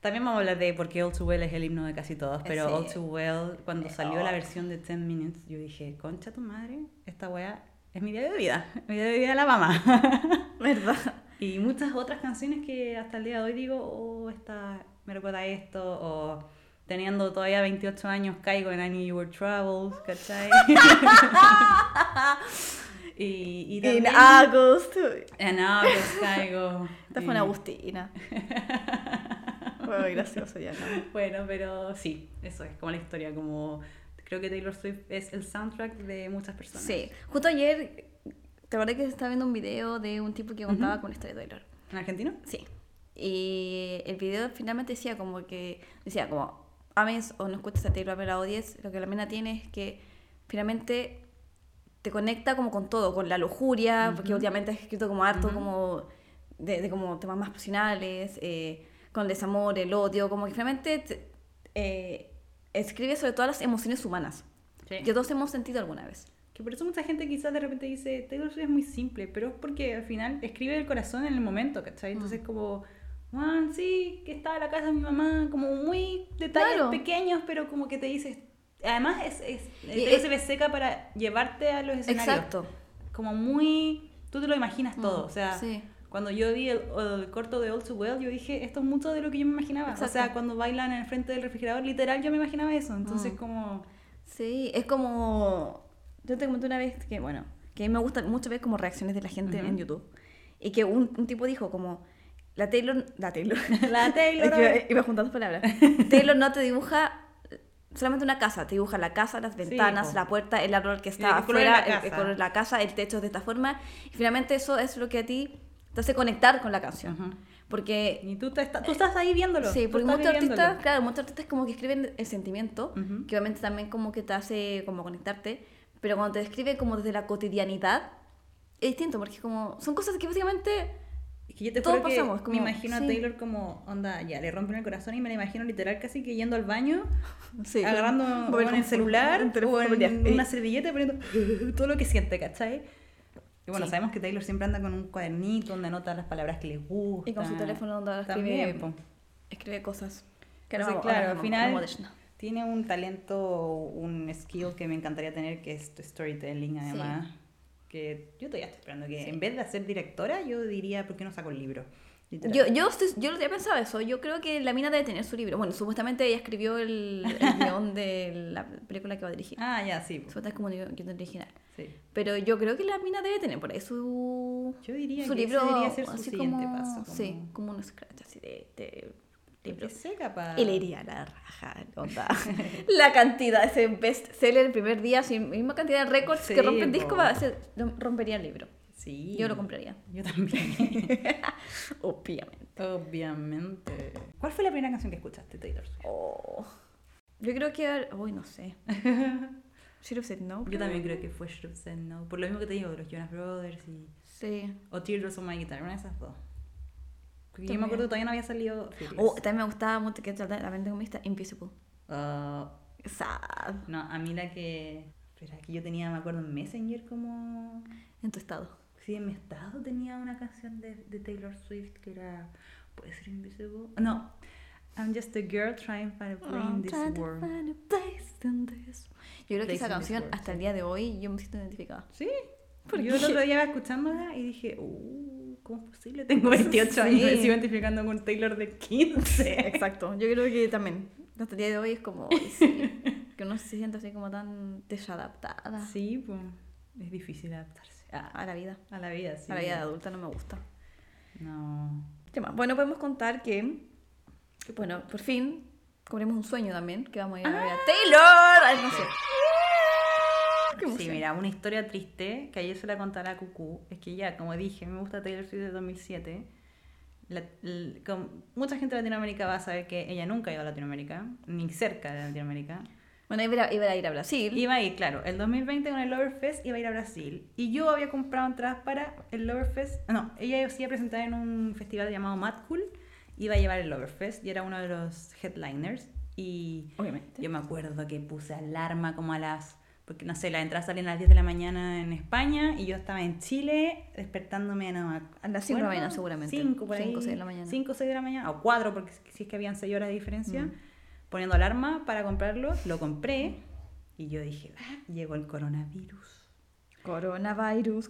S2: También vamos a hablar de por qué All Too Well es el himno de casi todos,
S1: Eh,
S2: pero
S1: sí.
S2: All Too Well, cuando
S1: Eh,
S2: salió
S1: oh.
S2: la versión de 10 Minutes, yo dije, concha tu madre, esta wea es mi día de vida, (laughs) mi día de vida de la mamá.
S1: (laughs) ¿Verdad?
S2: Y muchas otras canciones que hasta el día de hoy digo, oh, esta me recuerda a esto, o teniendo todavía 28 años caigo en I Knew You Were Troubles, ¿cachai? (laughs) y, y
S1: In
S2: también...
S1: August.
S2: (laughs) En August caigo.
S1: Esta fue
S2: Y-
S1: una
S2: (laughs)
S1: Agustina. Fue gracioso ya, ¿no?
S2: Bueno, pero sí, eso es como la historia, como... Creo que Taylor Swift es el soundtrack de muchas personas.
S1: Sí. Justo ayer, te acordé que estaba viendo un video de un tipo que contaba con la historia de Taylor.
S2: ¿En argentino?
S1: Sí. Y el video finalmente decía como que, decía como, ames o no escuches a Taylor, ames la odies, lo que la mina tiene es que finalmente te conecta como con todo, con la lujuria, porque últimamente has escrito como harto, como de, de como temas más pasionales, eh, con el desamor, el odio, como que finalmente te- eh, escribe sobre todas las emociones humanas,
S2: Sí.
S1: que todos hemos sentido alguna vez.
S2: Que por eso mucha gente quizás de repente dice, Taylor Swift es muy simple, pero es porque al final escribe el corazón en el momento, ¿cachai?
S1: Mm.
S2: Entonces como, Juan, sí, que estaba en la casa de mi mamá, como muy detalles
S1: Claro.
S2: pequeños, pero como que te dices, además es, es, eh,
S1: Y
S2: Taylor
S1: es-
S2: se ve seca para llevarte a los escenarios.
S1: Exacto.
S2: Como muy, tú te lo imaginas todo,
S1: Mm,
S2: o sea...
S1: sí.
S2: Cuando yo vi el, el corto de All Too Well, yo dije, esto es mucho de lo que yo me imaginaba. O
S1: Exacto.
S2: sea, cuando bailan en el frente del refrigerador, literal, yo me imaginaba eso. Entonces,
S1: Mm.
S2: como...
S1: Sí, es como. Yo te comenté una vez que, bueno, que a mí me gusta mucho ver como reacciones de la gente
S2: Ujú.
S1: en YouTube. Y que un, un tipo dijo como. La Taylor. La
S2: (laughs)
S1: Taylor.
S2: La Taylor.
S1: Es que iba juntando
S2: (laughs)
S1: palabras. Taylor no te dibuja solamente una casa, te dibuja la casa, las ventanas,
S2: po.
S1: la puerta, el árbol que
S2: El
S1: está
S2: color de la
S1: afuera, el- el,
S2: casa.
S1: color de la casa, el techo es de esta forma. Y finalmente eso es lo que a ti te hace conectar con la canción.
S2: Ujú.
S1: Porque
S2: Y tú, te está- tú estás ahí viéndolo.
S1: Sí,
S2: tú
S1: porque
S2: estás
S1: muchos
S2: viviéndolo.
S1: artistas, claro, muchos artistas como que escriben el sentimiento,
S2: Ujú.
S1: que obviamente también como que te hace como conectarte, pero cuando te describe como desde la cotidianidad, es distinto, porque es como, son cosas que básicamente,
S2: Es que yo te
S1: Todos
S2: juro que
S1: pasamos, como-
S2: me imagino
S1: sí.
S2: a Taylor como, onda, ya, le rompen el corazón y me la imagino literal casi que yendo al baño,
S1: sí,
S2: agarrando
S1: como-
S2: o en el celular
S1: un teléfono
S2: o en
S1: familiar.
S2: una
S1: Eh,
S2: servilleta y poniendo (laughs) todo lo que siente, ¿cachai? Y bueno,
S1: Sí.
S2: sabemos que Taylor siempre anda con un cuadernito donde anota las palabras que le gustan.
S1: Y con su teléfono donde ahora escribe,
S2: También, po.
S1: escribe cosas.
S2: Entonces,
S1: vamos-
S2: claro,
S1: ahora
S2: al
S1: vamos-
S2: final
S1: vamos a Deshna.
S2: tiene un talento, un skill que me encantaría tener, que es storytelling, además. Que yo todavía estoy esperando que, en vez de hacer directora, yo diría, ¿por qué no saco el libro? Literal.
S1: Yo, yo, estoy- yo lo había pensado eso, yo creo que la mina debe tener su libro. Bueno, supuestamente ella escribió el,
S2: (laughs)
S1: el guión de la película que va a dirigir.
S2: Ah, ya, sí. po.
S1: Supuestamente es como un guión guión original.
S2: sí.
S1: Pero yo creo que la mina debe tener por ahí su,
S2: Yo diría
S1: su
S2: que
S1: libro.
S2: ese debería ser su
S1: así
S2: siguiente
S1: como,
S2: paso. Como,
S1: Sí, como un scratch así de, de
S2: Porque
S1: libros.
S2: sé capaz.
S1: Y le iría la raja, onda. (laughs) la cantidad, ese best seller el primer día, sin misma cantidad de récords
S2: Sí,
S1: que rompen
S2: po.
S1: disco, va a ser- rompería el libro.
S2: Sí.
S1: Yo lo compraría, (laughs)
S2: Yo también. (laughs)
S1: obviamente.
S2: Obviamente. ¿Cuál fue la primera canción que escuchaste, Taylor? Swift?
S1: Oh. Yo creo que. Uy, no
S2: (laughs)
S1: sé. Should have said no.
S2: Yo también creo que fue Should Have Said No. Por lo mismo que te digo, de los Jonas Brothers y.
S1: Sí.
S2: O Teardrops on My Guitar, una de esas dos. Porque yo
S1: También.
S2: me acuerdo que todavía no había salido.
S1: Oh,
S2: Fearless.
S1: también me gustaba mucho que la vende con vista Invisible.
S2: Ah,
S1: Sad.
S2: no, a mí la que. Espera, que yo tenía, me acuerdo, en Messenger como.
S1: En tu estado.
S2: Sí, en mi estado tenía una canción de, de Taylor Swift que era. ¿Puede ser invisible? No. I'm just a girl trying to find a place in this
S1: Trying to
S2: world.
S1: find a place in this- Yo creo que
S2: Place
S1: esa
S2: in this
S1: canción,
S2: world,
S1: hasta el día de hoy, yo me siento (laughs) identificada.
S2: Sí.
S1: ¿Por
S2: yo el
S1: qué?
S2: otro día iba escuchándola y dije, uh, ¿cómo es posible? Tengo 28 años y me
S1: Sí.
S2: estoy identificando con Taylor de 15.
S1: Exacto, yo creo que también. Hasta el día de hoy es como "Ay, sí", que uno se siente así como tan desadaptada
S2: sí, pues. Es difícil adaptarse. A,
S1: a la vida.
S2: a la vida, sí.
S1: A la vida de adulta no me gusta.
S2: No.
S1: ¿Qué más? Bueno, podemos contar que, que, bueno, por fin cubrimos un sueño también, que vamos a ir a ver a Taylor. Ay, no sé. Ah. Qué
S2: Sí,
S1: emoción.
S2: mira, una historia triste que ayer se la contará a Cucú. Es que ya, como dije, me gusta Taylor Swift de 2007. La- l- con- mucha gente de Latinoamérica va a saber que ella nunca ha ido a Latinoamérica, ni cerca de Latinoamérica.
S1: Bueno, iba a, iba a ir a Brasil.
S2: Iba a ir, claro, el 2020 con el Loverfest iba a ir a Brasil. Y yo había comprado entradas para el Loverfest. No, ella se iba a presentar en un festival llamado Mad Cool. Iba a llevar el Loverfest y era uno de los headliners. Y
S1: obviamente.
S2: yo me acuerdo que puse alarma como a las. Porque no sé, las entradas salen a las 10 de la mañana en España y yo estaba en Chile despertándome no, a,
S1: A las cinco de la mañana, seguramente.
S2: 5 por ahí.
S1: Cinco, seis de la mañana.
S2: 5 o 6 de la mañana. O 4, porque si- si es que habían 6 horas de diferencia.
S1: Mm.
S2: Poniendo alarma para comprarlo, lo compré y yo dije, "Ah, llegó el coronavirus.
S1: Coronavirus,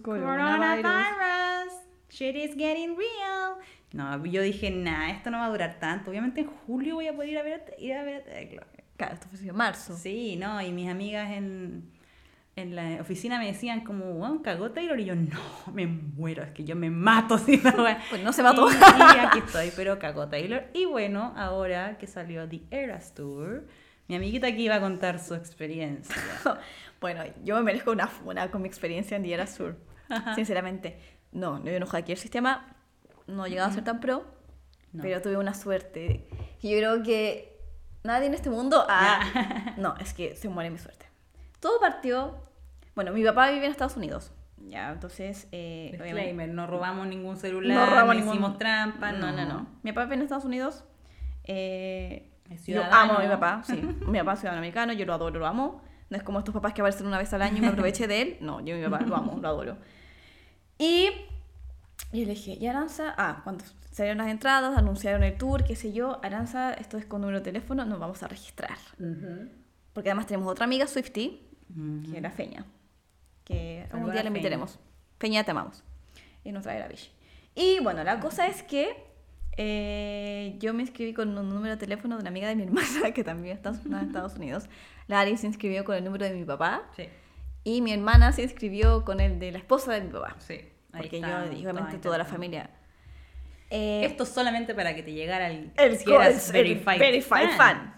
S2: Shit is getting real. No, yo dije, nah, esto no va a durar tanto. Obviamente en julio voy a poder ir a ver, ir a ver eh, a Taylor".
S1: Claro, esto fue en marzo.
S2: Sí, no, y mis amigas en, en la oficina me decían como, wow, cagó Taylor, y yo, no, me muero, es que yo me mato (laughs) si no wea".
S1: (laughs) Pues no se mató.
S2: Y, y aquí estoy, pero cagó Taylor. Y bueno, ahora que salió The Eras Tour, mi amiguita aquí va a contar
S1: (laughs)
S2: su experiencia.
S1: (laughs) bueno, yo me merezco una funa con mi experiencia en Diera Sur. Sinceramente, no, no, yo no hackeé el sistema, no he llegado a ser tan pro,
S2: No.
S1: pero tuve una suerte. Y yo creo que nadie en este mundo. Ah, no, es que se muere mi suerte. Todo partió. Bueno, mi papá vive en Estados Unidos. Ya, entonces. eh, obviamente-
S2: Disclaimer, no robamos ningún celular, no,
S1: No robamos ningún-
S2: hicimos trampa,
S1: no, no, no. Mi papá vive en Estados Unidos. eh,
S2: Es
S1: yo
S2: ciudadano.
S1: amo a mi papá,
S2: (laughs)
S1: sí. Mi papá es ciudadano americano, yo lo adoro, lo amo. No es como estos papás que aparecen una vez al año y me aproveché de él. No, yo a mi papá lo amo, lo adoro. Y yo le dije, ¿y Aranza? Ah, cuando salieron las entradas, anunciaron el tour, qué sé yo. Aranza, esto es con número de teléfono, nos vamos a registrar. Porque además tenemos otra amiga, Swifty, que era Feña, que
S2: Saluda
S1: algún día
S2: a Mm. Feña.
S1: la invitaremos. Feña, te amamos. Y nos trae la bici. Y bueno, la cosa es que eh, yo me inscribí con un número de teléfono de una amiga de mi (laughs) hermana, que también está en Estados Unidos. La Ari se inscribió con el número de mi papá
S2: Sí,
S1: y mi hermana se inscribió con el de la esposa de mi papá.
S2: sí. ahí
S1: Porque yo,
S2: estábamos,
S1: obviamente,
S2: todas
S1: toda la
S2: intentando.
S1: familia. Eh,
S2: Esto es solamente para que te llegara el,
S1: el
S2: si eras
S1: cos- el
S2: verified,
S1: verified
S2: fan.
S1: fan.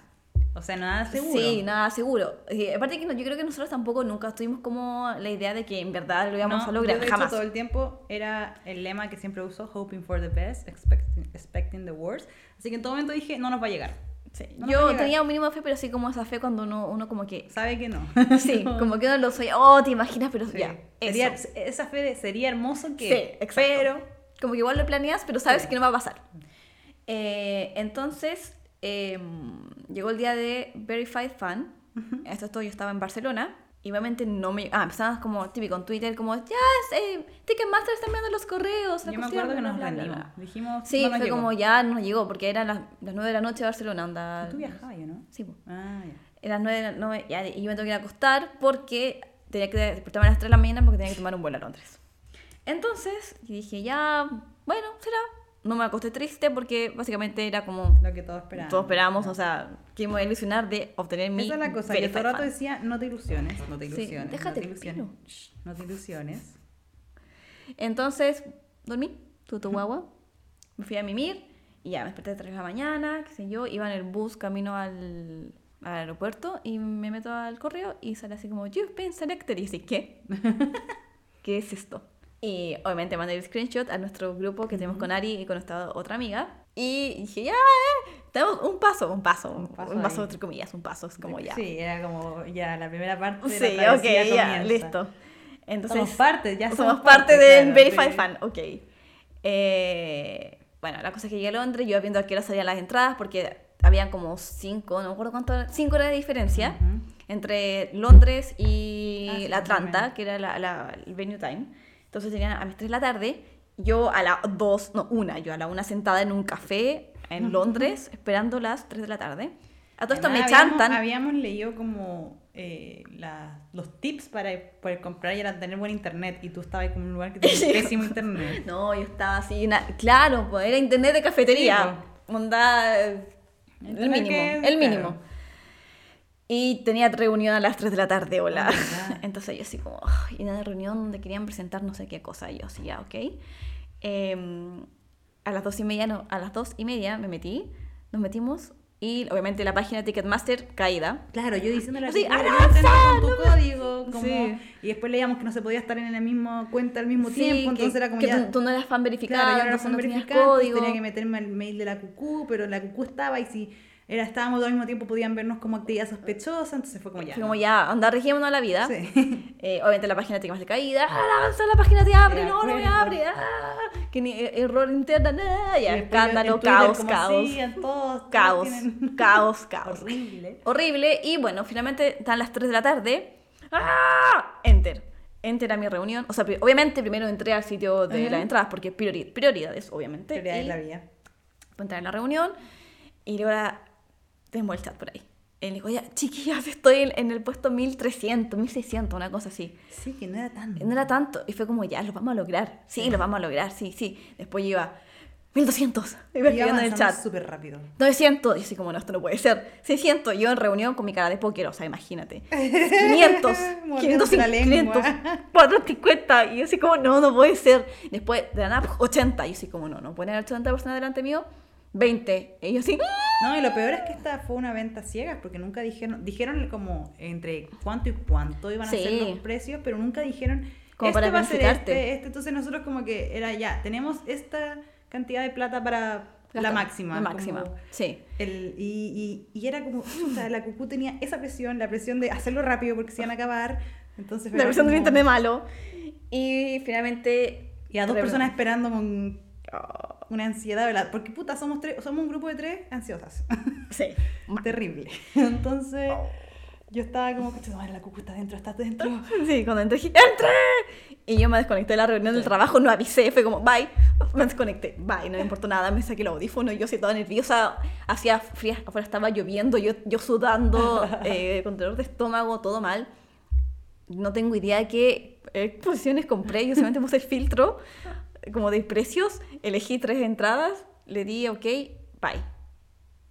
S2: O sea, nada seguro.
S1: Eh, Sí, nada, seguro. Y aparte que no, yo creo que nosotros tampoco nunca tuvimos como la idea de que en verdad lo íbamos
S2: No,
S1: a lograr,
S2: yo, de hecho,
S1: jamás.
S2: todo el tiempo era el lema que siempre uso, hoping for the best, expecting, expecting the worst. Así que en todo momento dije, no nos va a llegar.
S1: Sí,
S2: No nos va a
S1: yo
S2: llegar.
S1: tenía un mínimo de fe, pero sí como esa fe cuando uno, uno como que...
S2: (laughs) Sabe que no.
S1: (laughs) Sí, como que uno lo soy, oh, te imaginas, pero
S2: Sí.
S1: ya.
S2: Sería-
S1: eso.
S2: esa fe de- sería hermoso que...
S1: Sí, exacto.
S2: Pero...
S1: Como que igual lo planeas, pero sabes
S2: Sí.
S1: que no va a pasar. Eh, entonces, eh, llegó el día de Verified Fan. Esto es todo, yo estaba en Barcelona. Y obviamente no me... Ah, empezaban como típico en Twitter, como, ya, eh, Ticketmaster está enviando los correos. la
S2: Yo me
S1: cuestión,
S2: acuerdo que
S1: bla,
S2: nos
S1: bla, bla,
S2: rendimos.
S1: bla".
S2: Dijimos,
S1: Sí,
S2: no nos
S1: fue
S2: llegó.
S1: como ya nos llegó, porque eran las, las 9 de la noche de Barcelona, anda.
S2: Tú viajabas, yo, ¿no?
S1: Sí, po.
S2: Ah, ya.
S1: eran las 9 de la noche ya, y yo me tengo que ir a acostar porque tenía que despertarme a las 3 de la mañana porque tenía que tomar un vuelo a Londres. Entonces y dije, ya, bueno, será. No me acosté triste porque básicamente era como
S2: Lo que todos esperábamos.
S1: todos esperábamos, o sea, que me iba a ilusionar de obtener mi.
S2: Esa es la cosa, yo
S1: verified
S2: todo el rato
S1: fan.
S2: decía, no te ilusiones, no te
S1: Sí,
S2: ilusiones.
S1: déjate
S2: no te
S1: el
S2: ilusiones.
S1: pelo.
S2: Shh, No te ilusiones.
S1: Entonces, dormí, tu tu guagua, me fui a mimir y ya me desperté a las 3 de la mañana, qué sé yo, iba en el bus camino al, al aeropuerto y me meto al correo y sale así como, you've been selected, y así, ¿qué? (laughs) ¿Qué es esto? Y obviamente mandé el screenshot a nuestro grupo que tenemos con Ari y con esta otra amiga. Y dije, ya, eh, tenemos un paso, un paso, un,
S2: paso
S1: un paso,
S2: ahí.
S1: entre comillas, un paso, es como ya.
S2: Sí, era como ya la primera parte. de la
S1: Sí, ok,
S2: travesía
S1: ya,
S2: comienza.
S1: listo. Entonces,
S2: somos parte, ya
S1: somos, parte de
S2: claro,
S1: Verified
S2: sí.
S1: Fan, ok. Eh, bueno, la cosa es que llegué a Londres, yo iba viendo a qué hora salían las entradas, porque habían como cinco, no me acuerdo cuánto, cinco horas de diferencia
S2: Ujú.
S1: entre Londres y
S2: Ah, sí,
S1: la
S2: más o
S1: Atlanta,
S2: menos.
S1: que era la, la- el venue time. Entonces tenían a mis tres de la tarde, yo a las dos, no, una, yo a la una sentada en un café en Londres, esperando las tres de la tarde. A todo esto me
S2: Además, habíamos-
S1: chantan.
S2: Habíamos leído como eh, la- los tips para poder comprar y era tener buen internet. Y tú estabas como en un lugar
S1: (laughs)
S2: que tenía pésimo internet.
S1: No, yo estaba así, na- claro, pues era internet de cafetería.
S2: Sí, pues.
S1: Onda, eh, el
S2: Internet
S1: mínimo,
S2: que-
S1: el mínimo.
S2: claro.
S1: Y tenía reunión a las 3 de la tarde, hola. (laughs)
S2: Oh, my God.
S1: Entonces yo así como, "Ugh", y una reunión donde querían presentar no sé qué cosa, y yo así ya, ok. Em, a las dos y media, no, a las dos y media me metí, nos metimos, y obviamente la página Ticketmaster caída.
S2: Claro, yo diciéndole
S1: Sí,
S2: Cecilia,
S1: "Aranza,
S2: "Yo te enojo con tu
S1: no me-".
S2: código. como-
S1: Sí.
S2: Y después leíamos que no se podía estar en la misma cuenta al mismo
S1: Sí,
S2: tiempo.
S1: que-
S2: Entonces era como
S1: que
S2: ya.
S1: tú, tú no eras fan verificado,
S2: Claro, yo no
S1: entonces no tenías
S2: código.
S1: código.
S2: pues, tenía que meterme al mail de la cucú, pero la cucú estaba y si era, estábamos todos al mismo tiempo podían vernos como actividad sospechosa, entonces fue como ya.
S1: Fue
S2: ¿no?
S1: como ya, andar regiémonos a la vida. (laughs)
S2: Sí.
S1: Eh, obviamente la página tiene más de caída. ¡Ah, la avanza, la página te abre!
S2: Era
S1: ¡No, no me
S2: cuerpo.
S1: abre! ¡Ah! Que ni, eh, error interno, nada.
S2: Y
S1: Ya,
S2: después en
S1: escándalo,
S2: Twitter
S1: caos,
S2: como,
S1: caos,
S2: "Sí, a todos, todos
S1: caos,
S2: tienen-". (laughs)
S1: caos, caos.
S2: Horrible.
S1: Horrible. Y bueno, finalmente están las 3 de la tarde. ¡Ah! Enter. Enter a mi reunión. O sea, pri- obviamente primero entré al sitio de
S2: Ajá.
S1: las entradas porque priori- prioridades, obviamente.
S2: Prioridad
S1: Y-
S2: de la vida.
S1: para entrar en la reunión. Y luego la- tenemos el chat por ahí. Y le digo, ya, chiquillas, estoy en, en el puesto 1300, 1600, una cosa así.
S2: Sí, que no era tan.
S1: No era tanto. Y fue como, ya, lo vamos a lograr. Sí, lo vamos a lograr, sí, sí. Después yo iba, 1200. Iba escribiendo en el chat.
S2: súper rápido.
S1: 900. Y así como, no, esto no puede ser. 600. Yo en reunión con mi cara de póker, o sea,
S2: (laughs)
S1: imagínate. 500.
S2: Mordiéndose la
S1: 500.
S2: lengua.
S1: 500. 450. Y yo así como, no, no puede ser. Después de la nada, 80. Y yo así como, no, no pueden haber 80 personas delante mío. 20. Y yo así, ¡ah!
S2: No, y lo peor es que esta fue una venta ciega, porque nunca dijeron, dijeron como entre cuánto y cuánto iban a
S1: Sí.
S2: ser los precios, pero nunca dijeron
S1: Como
S2: este
S1: para
S2: va a ser
S1: planificarte.
S2: este, este. Entonces nosotros como que era ya, tenemos esta cantidad de plata para la
S1: Gastón,
S2: máxima.
S1: La máxima,
S2: como
S1: sí.
S2: el- y, y- y era como, puta, la cucú tenía esa presión, la presión de hacerlo rápido porque se iban a acabar. Entonces,
S1: La
S2: era
S1: versión del
S2: como-
S1: internet malo. Y finalmente.
S2: Y a dos
S1: Tremendo.
S2: personas esperando con una ansiedad, ¿verdad? Porque puta, somos tres, somos un grupo de tres ansiosas.
S1: Sí. ma- Oh.
S2: terrible. (laughs) Entonces, yo estaba como, "Concha tu madre, la cucu está dentro, está dentro.
S1: (laughs) Sí, cuando entré, dije, ¡entré! Y yo me desconecté de la reunión del trabajo, no avisé, fue como, bye, (laughs) me desconecté, bye, no me importó nada, me saqué los audífonos, yo así toda nerviosa, hacía frías, afuera estaba lloviendo, yo, yo sudando, eh, con dolor de estómago, todo mal. No tengo idea de qué eh, posiciones compré, yo solamente puse el filtro, como de precios, elegí tres entradas, le di, ok, bye.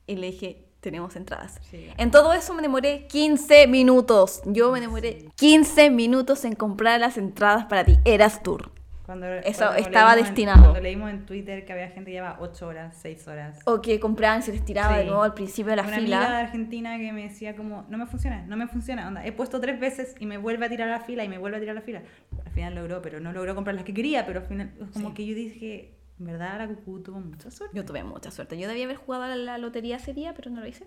S1: Y le dije, tenemos entradas.
S2: Sí.
S1: En todo eso me demoré 15 minutos. Yo me demoré 15 minutos en comprar las entradas para ti. Eras Tour.
S2: Cuando,
S1: Eso
S2: cuando
S1: estaba
S2: leímos en-
S1: destinado.
S2: cuando leímos en Twitter que había gente que llevaba 8 horas, 6 horas.
S1: O que compraban y se les tiraba Oh, de
S2: Sí.
S1: nuevo al principio de la
S2: Una
S1: fila.
S2: amiga de Argentina que me decía como, no me funciona, no me funciona, onda, he puesto tres veces y me vuelve a tirar la fila y me vuelve a tirar la fila. Al final logró, pero no logró comprar las que quería, pero al final es como
S1: Sí.
S2: que yo dije, en verdad la cucú tuvo mucha suerte.
S1: Yo tuve mucha suerte. Yo debía haber jugado a la lotería ese día, pero no lo hice.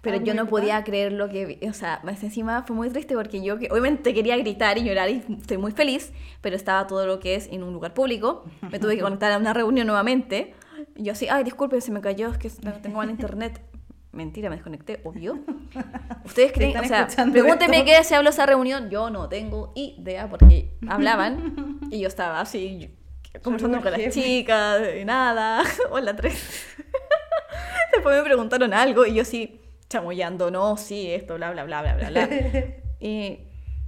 S1: pero
S2: Ah,
S1: yo no
S2: ¿verdad?
S1: podía creer lo que vi. O sea, más encima fue muy triste porque yo que- obviamente quería gritar y llorar y estoy muy feliz, pero estaba todo lo que es en un lugar público. Me
S2: (laughs)
S1: tuve que conectar a una reunión nuevamente. Y yo así, ay, disculpen, se me cayó, es que no tengo mal internet. Mentira, me desconecté, obvio. Ustedes
S2: Si
S1: creen,
S2: están
S1: o sea,
S2: escuchando
S1: pregúntenme
S2: esto.
S1: qué se habló esa reunión. Yo no tengo idea
S2: (laughs)
S1: porque hablaban y yo estaba así conversando con las
S2: Jefe.
S1: chicas, de nada. (laughs) Hola, tres. (laughs) Después me preguntaron algo y yo sí, chamoyando, no, sí, esto, bla, bla, bla, bla, bla, bla. Y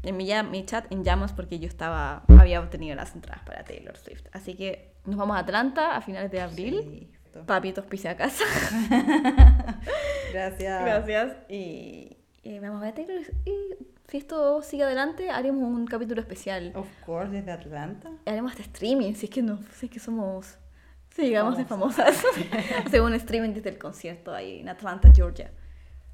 S1: en mi, ya- mi chat en llamas porque yo estaba, había obtenido las entradas para Taylor Swift. Así que nos vamos a Atlanta a finales de abril. (laughs)
S2: Listo.
S1: Papitos pise a casa.
S2: (laughs) Gracias.
S1: (laughs) Gracias. Y, y vamos a ver Taylor Swift. Y si esto sigue adelante, haremos un capítulo especial.
S2: Of course, desde Atlanta.
S1: Haremos hasta streaming, si es que no, si es que somos. Si llegamos de
S2: Famosas.
S1: famosas. Según streaming desde el concierto ahí en Atlanta, Georgia.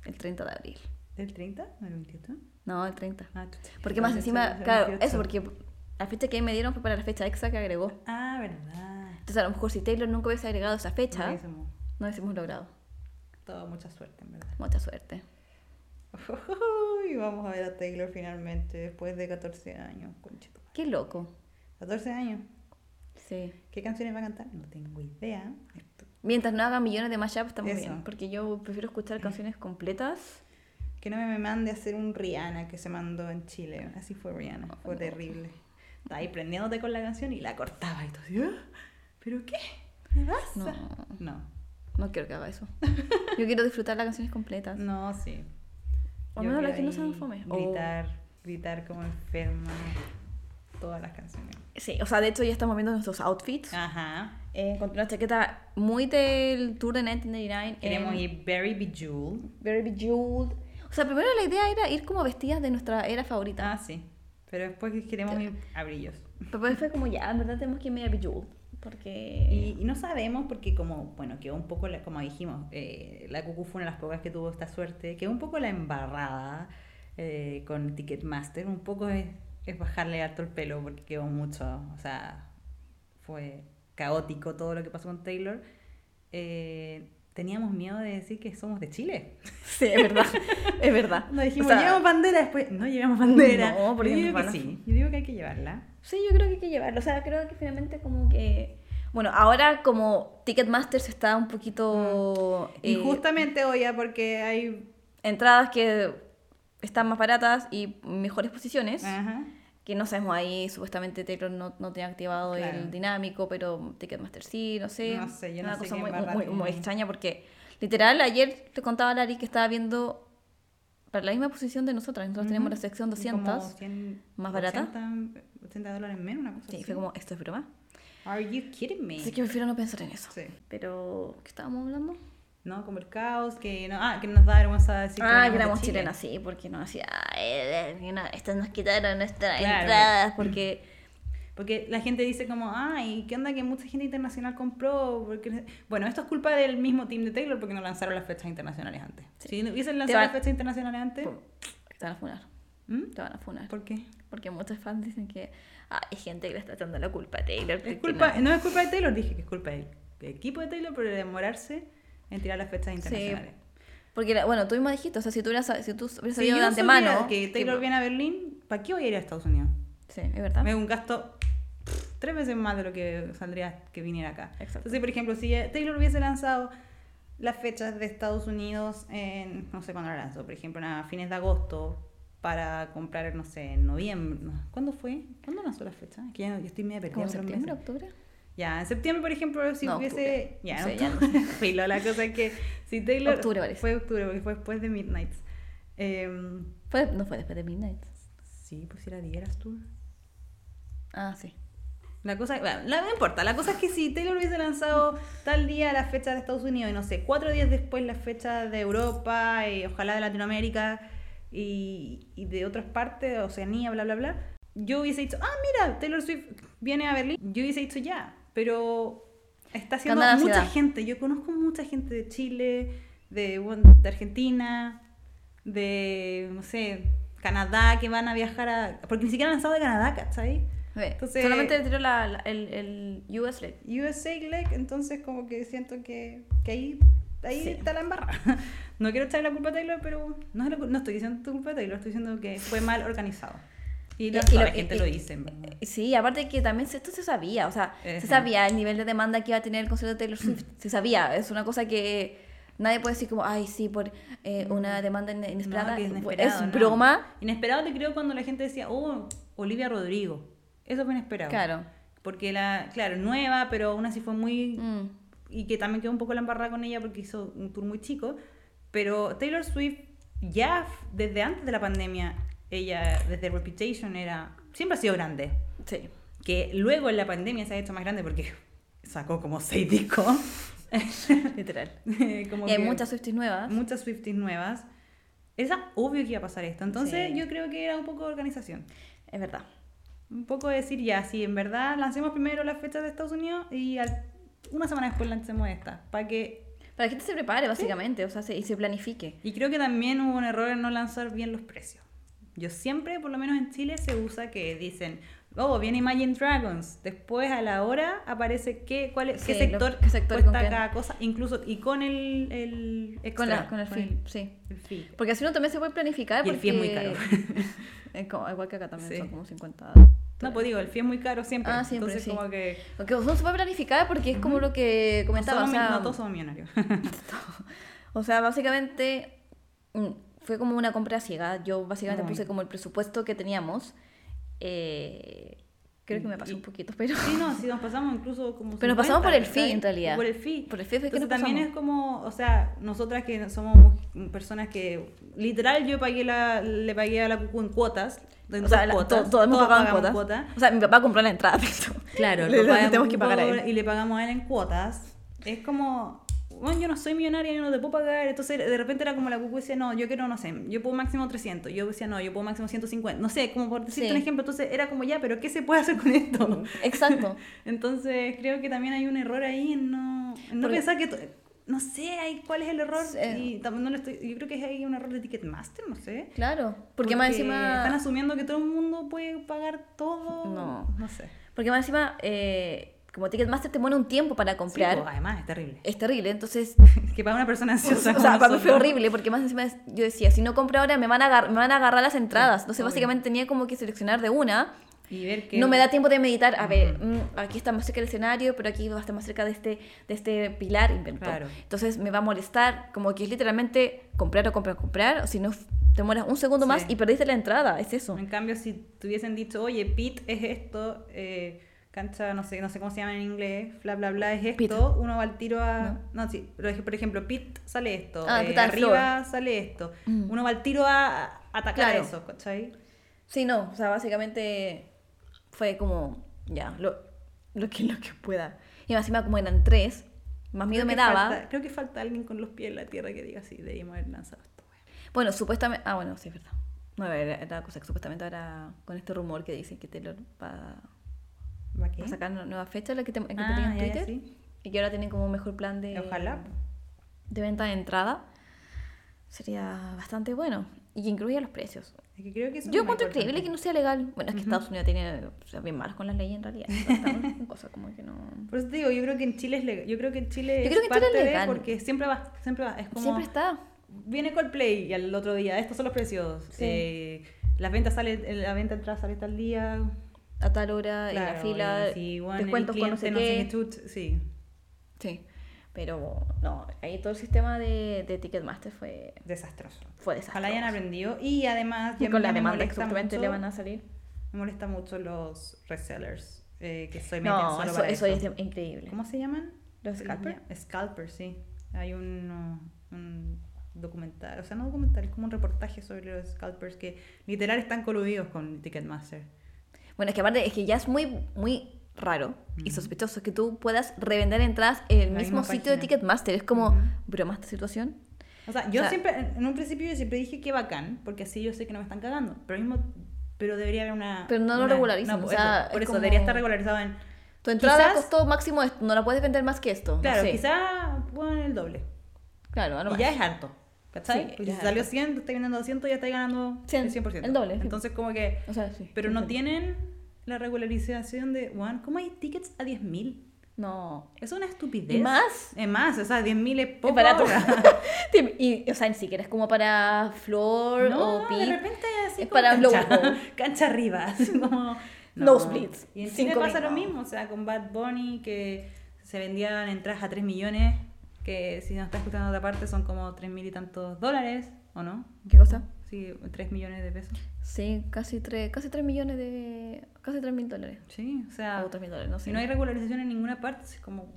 S1: El 30 de abril.
S2: ¿Del 30? ¿Del 28?
S1: No, el 30.
S2: Ah, chucha.
S1: Porque más
S2: Del
S1: encima,
S2: 30,
S1: claro,
S2: 28.
S1: eso, porque la fecha que me dieron fue para la fecha exa que agregó.
S2: Ah, verdad.
S1: Entonces, a lo mejor si Taylor nunca hubiese agregado esa fecha,
S2: Buenísimo.
S1: no hubiésemos logrado.
S2: Todo mucha suerte, en verdad. (laughs)
S1: Mucha suerte.
S2: Y vamos a ver a Taylor finalmente después de 14 años. Conchito.
S1: Qué loco.
S2: 14 años.
S1: Sí.
S2: ¿Qué canciones va a cantar? No tengo idea.
S1: Mientras no hagan millones de mashups, estamos
S2: Eso.
S1: bien. Porque yo prefiero escuchar canciones completas.
S2: Que no me mande a hacer un Rihanna que se mandó en Chile. Así fue Rihanna. Fue terrible. Estaba ahí prendiéndote con la canción y la cortaba y tú así, "Ah, ¿Pero qué? ¿Me
S1: No,
S2: pasa? No.
S1: no quiero que haga
S2: (laughs)
S1: eso. Yo quiero disfrutar las canciones completas.
S2: No, sí.
S1: O
S2: Yo
S1: menos las
S2: quiero
S1: que no
S2: ahí
S1: sean fome. O-
S2: Gritar, gritar como enferma. Todas las canciones.
S1: Sí, o sea, de hecho ya estamos viendo nuestros outfits.
S2: Ah. Ajá.
S1: Eh, encontré una chaqueta muy del tour de 1999.
S2: Queremos
S1: en
S2: ir Very Bejeweled.
S1: Very Bejeweled. O sea, primero la idea era ir como vestidas de nuestra era favorita.
S2: Ah, sí. Pero después queremos ir a brillos.
S1: Pero después fue como ya, en verdad tenemos que ir media Bejeweled. Porque...
S2: Y, y no sabemos porque como, bueno, quedó un poco, la- como dijimos, eh, la Cucu fue una de las pocas que tuvo esta suerte, quedó un poco la embarrada eh, con Ticketmaster, un poco es, es bajarle harto el pelo porque quedó mucho, o sea, fue caótico todo lo que pasó con Taylor. Eh, teníamos miedo de decir que somos de Chile.
S1: (laughs) Sí, es verdad. es verdad.
S2: Nos dijimos,
S1: O sea,
S2: llevamos bandera, después no llevamos bandera.
S1: No, porque
S2: yo digo
S1: nos
S2: que
S1: van a-
S2: sí, yo digo que hay que llevarla.
S1: Sí, yo creo que hay que llevarlo. O sea, creo que finalmente como que... Bueno, ahora como Ticketmaster se está un poquito...
S2: Y
S1: eh,
S2: justamente hoy, ah, porque hay...
S1: entradas que están más baratas y mejores posiciones.
S2: Ajá.
S1: Que no sabemos ahí, supuestamente Taylor no, no tenía activado
S2: Claro.
S1: el dinámico, pero Ticketmaster sí, no sé.
S2: No sé, yo no
S1: una
S2: sé
S1: cosa
S2: qué
S1: muy,
S2: embarrada
S1: muy,
S2: tiene.
S1: muy extraña porque literal ayer te contaba a Lari que estaba viendo para la misma posición de nosotras. Nosotros tenemos la sección 200.
S2: Como 100,
S1: ¿Más barata?
S2: 80, 80 dólares menos, una cosa
S1: Sí,
S2: así.
S1: fue como, esto es broma.
S2: Are you kidding me?
S1: Así que prefiero no pensar en eso.
S2: Sí.
S1: Pero, ¿qué estábamos hablando?
S2: No, como el caos, que no, ah, que nos da vergüenza decir
S1: ah, que
S2: venimos de
S1: éramos
S2: Chile.
S1: chilenas, sí, porque nos hacía, eh, eh, no, estas nos quitaron nuestras
S2: Claro.
S1: entradas, porque
S2: Porque la gente dice como, ay, ¿qué onda que mucha gente internacional compró? Porque... Bueno, esto es culpa del mismo team de Taylor porque no lanzaron las fechas internacionales antes. Si no hubiesen lanzado
S1: van-
S2: las fechas internacionales antes,
S1: pum, te van a funar,
S2: ¿Mm?
S1: te van a funar.
S2: ¿por qué?
S1: Porque muchos fans dicen que ah, hay gente que le está echando la culpa a Taylor. porque
S2: Es culpa,
S1: no.
S2: no es culpa de Taylor, dije que es culpa del del equipo de Taylor por demorarse en tirar las fechas internacionales.
S1: Porque, la- bueno, tú mismo dijiste, o sea, si tú, hubieras sab- si tú hubieras
S2: Si
S1: sabido
S2: yo
S1: de antemano...
S2: supiera que Taylor
S1: tipo-
S2: viene a Berlín, ¿para qué voy a ir a Estados Unidos?
S1: Sí, es verdad.
S2: Es un gasto tres veces más de lo que saldría que viniera acá.
S1: Exacto.
S2: Entonces, por ejemplo, si eh, Taylor hubiese lanzado las fechas de Estados Unidos en, no sé cuándo la lanzó, por ejemplo, a fines de agosto para comprar, no sé, en noviembre. no, ¿Cuándo fue? ¿Cuándo lanzó la fecha? Es que ya no- yo estoy media perdida.
S1: ¿Como
S2: con los
S1: septiembre,
S2: meses.
S1: octubre?
S2: Ya, en septiembre, por ejemplo, si
S1: No,
S2: hubiese...
S1: octubre.
S2: Ya,
S1: Sí,
S2: en
S1: ya no.
S2: octubre. (laughs) Filo, la cosa es que si Taylor...
S1: Octubre parece.
S2: Fue octubre, porque fue después de Midnights. Em,
S1: Fue- no fue después de Midnight.
S2: sí, pues era The Eras Tour.
S1: Ah, sí.
S2: La cosa, bueno, la- no importa, la cosa es que si Taylor hubiese lanzado tal día la fecha de Estados Unidos y no sé, cuatro días después la fecha de Europa y ojalá de Latinoamérica y, y de otras partes, de Oceanía, bla, bla, bla, yo hubiese dicho, ah, mira, Taylor Swift viene a Berlín. Yo hubiese dicho ya, pero está haciendo
S1: Canta la
S2: mucha
S1: ciudad.
S2: gente. Yo conozco mucha gente de Chile, de, bueno, de Argentina, de, no sé, Canadá, que van a viajar a... Porque ni siquiera han lanzado de Canadá, ¿cachai? Entonces-
S1: Solamente tiró la, la- el, el US LED.
S2: USA Leg, entonces como que siento que, que ahí, ahí
S1: Sí.
S2: está la embarra. (laughs) No quiero echarle la culpa a Taylor, pero no, es la cul- no estoy diciendo tu culpa a Taylor, estoy diciendo que fue mal organizado. Y, la,
S1: Y- y
S2: toda
S1: lo-
S2: la gente
S1: y-
S2: lo
S1: y-
S2: dice. en verdad.
S1: Eh, Sí, aparte que también se- esto se sabía, o sea,
S2: Ejá.
S1: se sabía el nivel de demanda que iba a tener el concierto de Taylor Swift,
S2: Mm.
S1: se sabía, es una cosa que nadie puede decir como, ay, sí, por eh, una demanda in- inesperada,
S2: No, Mm. que
S1: es
S2: inesperado, no.
S1: broma,
S2: Inesperado te creo cuando la gente decía, oh, Olivia Rodrigo. Eso fue inesperado.
S1: claro.
S2: Porque la, claro, nueva, pero aún así fue muy
S1: Mm.
S2: y que también quedó un poco la embarrada con ella porque hizo un tour muy chico. Pero Taylor Swift, ya f- desde antes de la pandemia, ella desde Reputation era siempre ha sido grande. (laughs)
S1: Sí.
S2: Que luego en la pandemia se ha hecho más grande porque (laughs) sacó como seis discos. (laughs)
S1: Literal.
S2: Como
S1: Y hay
S2: que-
S1: muchas Swifties nuevas.
S2: muchas Swifties nuevas. Era obvio que iba a pasar esto. Entonces
S1: Sí.
S2: yo creo que era un poco de organización.
S1: Es verdad.
S2: Un poco de decir ya, sí, en verdad lancemos primero las fechas de Estados Unidos y al- una semana después lancemos esta. Para que
S1: Para que la gente se prepare, básicamente, o sea, se- y se planifique.
S2: Y creo que también hubo un error en no lanzar bien los precios. Yo siempre, por lo menos en Chile, se usa que dicen, oh, viene Imagine Dragons. Después a la hora aparece qué, cuál es, qué
S1: Sí,
S2: sector,
S1: lo- qué sector y
S2: cuesta
S1: con qué.
S2: cada cosa, incluso y con el, el
S1: Con,
S2: extra,
S1: la, con el fin, sí.
S2: el fee.
S1: Porque así uno también se puede planificar.
S2: Y el fee es muy
S1: porque-
S2: caro. (laughs)
S1: Es como- igual que acá también
S2: Sí.
S1: son como 50.
S2: No, pues digo, el fee es muy caro siempre.
S1: Ah, siempre,
S2: Entonces
S1: sí.
S2: como que
S1: Porque uno se puede planificar porque es como lo que comentaba.
S2: no, somos
S1: o sea, (laughs)
S2: mi- no todos somos millonarios. (laughs)
S1: O sea, básicamente mm, fue como una compra ciega. Yo básicamente
S2: Muy.
S1: puse como el presupuesto que teníamos. Eh, creo que me pasó
S2: Y-
S1: un poquito, pero...
S2: Sí, no, sí nos pasamos incluso como.
S1: Pero nos pasamos por el
S2: ¿cachai?
S1: fin, en realidad.
S2: Por el fin.
S1: Por el fin fue que
S2: Entonces,
S1: nos
S2: también
S1: pasamos.
S2: es como, o sea, nosotras que somos mu- personas que. Literal, yo pagué la, le pagué a la cucu en cuotas. en
S1: O sea,
S2: dos
S1: la-
S2: cuotas,
S1: to- todos hemos
S2: todas
S1: pagado en
S2: pagamos
S1: cuotas. O sea, mi papá compró la entrada, (laughs) pero...
S2: Claro,
S1: le,
S2: lo
S1: le
S2: pagamos
S1: tenemos que pagar a
S2: por-
S1: él.
S2: Y le pagamos a él en cuotas. Es como. Bueno, yo no soy millonaria, yo no te puedo pagar. Entonces, de repente era como la cucu decía, no, yo quiero, no sé, yo puedo máximo 300. Yo decía, no, yo puedo máximo 150. No sé, como por decirte
S1: Sí.
S2: un ejemplo. Entonces, era como, ya, pero ¿qué se puede hacer con esto?
S1: Exacto.
S2: Entonces creo que también hay un error ahí en no, en no
S1: Porque-
S2: pensar que... to- No sé ahí cuál es el error.
S1: Sí.
S2: Y tam- no lo estoy, yo creo que es ahí un error de Ticketmaster, no sé.
S1: Claro. Porque, más encima...
S2: Están asumiendo que todo el mundo puede pagar todo.
S1: No.
S2: No sé.
S1: Porque más encima, eh, como Ticketmaster te pone un tiempo para comprar.
S2: Sí, pues, además
S1: (laughs)
S2: es terrible.
S1: es terrible,
S2: (laughs)
S1: entonces...
S2: que para una persona
S1: O sea,
S2: ansiosa. como
S1: para mí fue
S2: nosotros-
S1: horrible porque más encima es- yo decía, si no compro ahora me van a, agar- me van a agarrar las entradas.
S2: Sí,
S1: Entonces
S2: obvio.
S1: básicamente tenía como que seleccionar de una.
S2: Y ver que...
S1: No me da tiempo de meditar. A ver, mm, aquí está más cerca el escenario, pero aquí va a estar más cerca de este, de este pilar. Inventó.
S2: Claro.
S1: Entonces me va a molestar. Como que es literalmente comprar o comprar, comprar. O si no, f- te demoras un segundo más
S2: Sí.
S1: y perdiste la entrada. Es eso.
S2: En cambio, si te hubiesen dicho, oye, pit es esto, eh, cancha, no sé, no sé cómo se llama en inglés, bla, bla, bla, es esto,
S1: Pit.
S2: uno va al tiro a... No, sí, pero es que, por ejemplo, pit sale esto,
S1: Ah,
S2: eh,
S1: pit al
S2: arriba sale esto,
S1: Mm.
S2: uno va al tiro a a atacar
S1: Claro.
S2: eso, ¿cachai?
S1: Sí, no. O sea, básicamente fue como, ya, lo, lo, que, lo que pueda. Y más encima como eran tres, más miedo
S2: Creo
S1: me
S2: que
S1: daba.
S2: falta- creo que falta alguien con los pies en la tierra que diga, sí, debíamos haber lanzado esto.
S1: Bueno, supuestamente. Ah, bueno, sí, es verdad. No, era, era cosa que supuestamente ahora con este rumor que dicen que Taylor va,
S2: ¿Va qué?
S1: va a sacar nu- nueva fecha, la que, te, que
S2: Ah,
S1: tenía en
S2: ya, ya,
S1: Twitter.
S2: sí.
S1: Y que ahora tienen como un mejor plan de.
S2: eh, Ojalá.
S1: De venta de entrada. Sería bastante bueno. Y que incluya los precios.
S2: Es que creo que eso es
S1: Yo
S2: lo
S1: encuentro
S2: más importante.
S1: increíble que no sea legal. Bueno, es que Estados Unidos tiene. o sea, bien malos con las leyes en
S2: (laughs)
S1: realidad. Una cosa como que no.
S2: Por eso te digo, yo creo que en Chile es legal. Yo creo que en Chile
S1: Yo creo
S2: es
S1: que en Chile
S2: parte
S1: es
S2: de-
S1: legal.
S2: porque siempre va, siempre va. Es como,
S1: Siempre está.
S2: Viene Coldplay y al otro día, estos son los precios.
S1: Sí.
S2: Eh, las ventas sale, eh, la venta de entrada sale tal día.
S1: A tal hora, en Ah, la
S2: Claro,
S1: fila.
S2: y así, bueno, el
S1: descuentos con no sé qué.
S2: cliente qué chuch- sí.
S1: Sí, pero no, ahí todo el sistema de, de Ticketmaster fue,
S2: Desastroso.
S1: fue desastroso.
S2: Ojalá hayan aprendido. Y además,
S1: Y (laughs)
S2: ya
S1: con
S2: me-
S1: la
S2: me
S1: demanda que
S2: molesta
S1: supuestamente
S2: mucho-
S1: le van a salir.
S2: Me molesta mucho los resellers eh, que se meten
S1: No,
S2: solo
S1: eso,
S2: para
S1: eso
S2: eso.
S1: es de- increíble.
S2: ¿Cómo se llaman?
S1: ¿Los
S2: Se les
S1: scalper?
S2: llama- Scalper, sí. Hay uno- un documental, o sea, no documental, es como un reportaje sobre los scalpers que literal están coludidos con Ticketmaster.
S1: Bueno, es que aparte es que ya es muy, muy raro y sospechoso que tú puedas revender entradas en el
S2: La
S1: mismo
S2: misma
S1: sitio de
S2: página.
S1: Ticketmaster. Es como,
S2: Ujú.
S1: broma esta situación.
S2: O sea, yo
S1: O sea-
S2: siempre, en un principio yo siempre dije que bacán, porque así yo sé que no me están cagando, pero al mismo Pero debería haber una.
S1: Pero no lo
S2: una-
S1: regularizan,
S2: por
S1: o sea,
S2: eso, por
S1: es
S2: eso
S1: como-
S2: debería estar regularizado en.
S1: Tu entrada
S2: Quizás-
S1: costó máximo esto, no la puedes vender más que esto. no
S2: Claro,
S1: sé.
S2: quizá pongan el doble.
S1: Claro, a lo
S2: y ya
S1: más.
S2: es harto. ¿Cachai?
S1: Sí,
S2: Porque
S1: ya
S2: si
S1: es
S2: salió
S1: harto.
S2: 100, está ganando 200, ya está ganando
S1: Cien,
S2: el 100%.
S1: el doble, sí.
S2: Entonces, como que.
S1: O sea, sí.
S2: Pero no
S1: entiendo.
S2: tienen la regularización de. Juan, ¿cómo hay tickets a 10.000?
S1: No.
S2: Es una estupidez.
S1: ¿Y más?
S2: Es más, o sea, 10.000 es poco.
S1: Es
S2: (laughs)
S1: barato. (laughs)
S2: ahora.
S1: y, o sea, ni siquiera es como para flor
S2: No,
S1: o
S2: de
S1: pit.
S2: repente así
S1: Es
S2: como
S1: para
S2: cancha,
S1: blowhole.
S2: cancha arriba, así como
S1: Nosebleeds,
S2: Y en Chile
S1: cinco
S2: pasa
S1: mil,
S2: lo
S1: no.
S2: mismo, o sea, con Bad Bunny que se vendían entradas a 3 millones, que si nos está escuchando de otra parte son como 3 mil y tantos dólares, ¿o no?
S1: ¿Qué cosa?
S2: Sí, 3 millones de pesos.
S1: Sí, casi 3, casi tres millones de. casi 3 mil dólares.
S2: Sí, o sea,
S1: O 3 mil dólares, no sé.
S2: si Ah. no hay regularización en ninguna parte, es como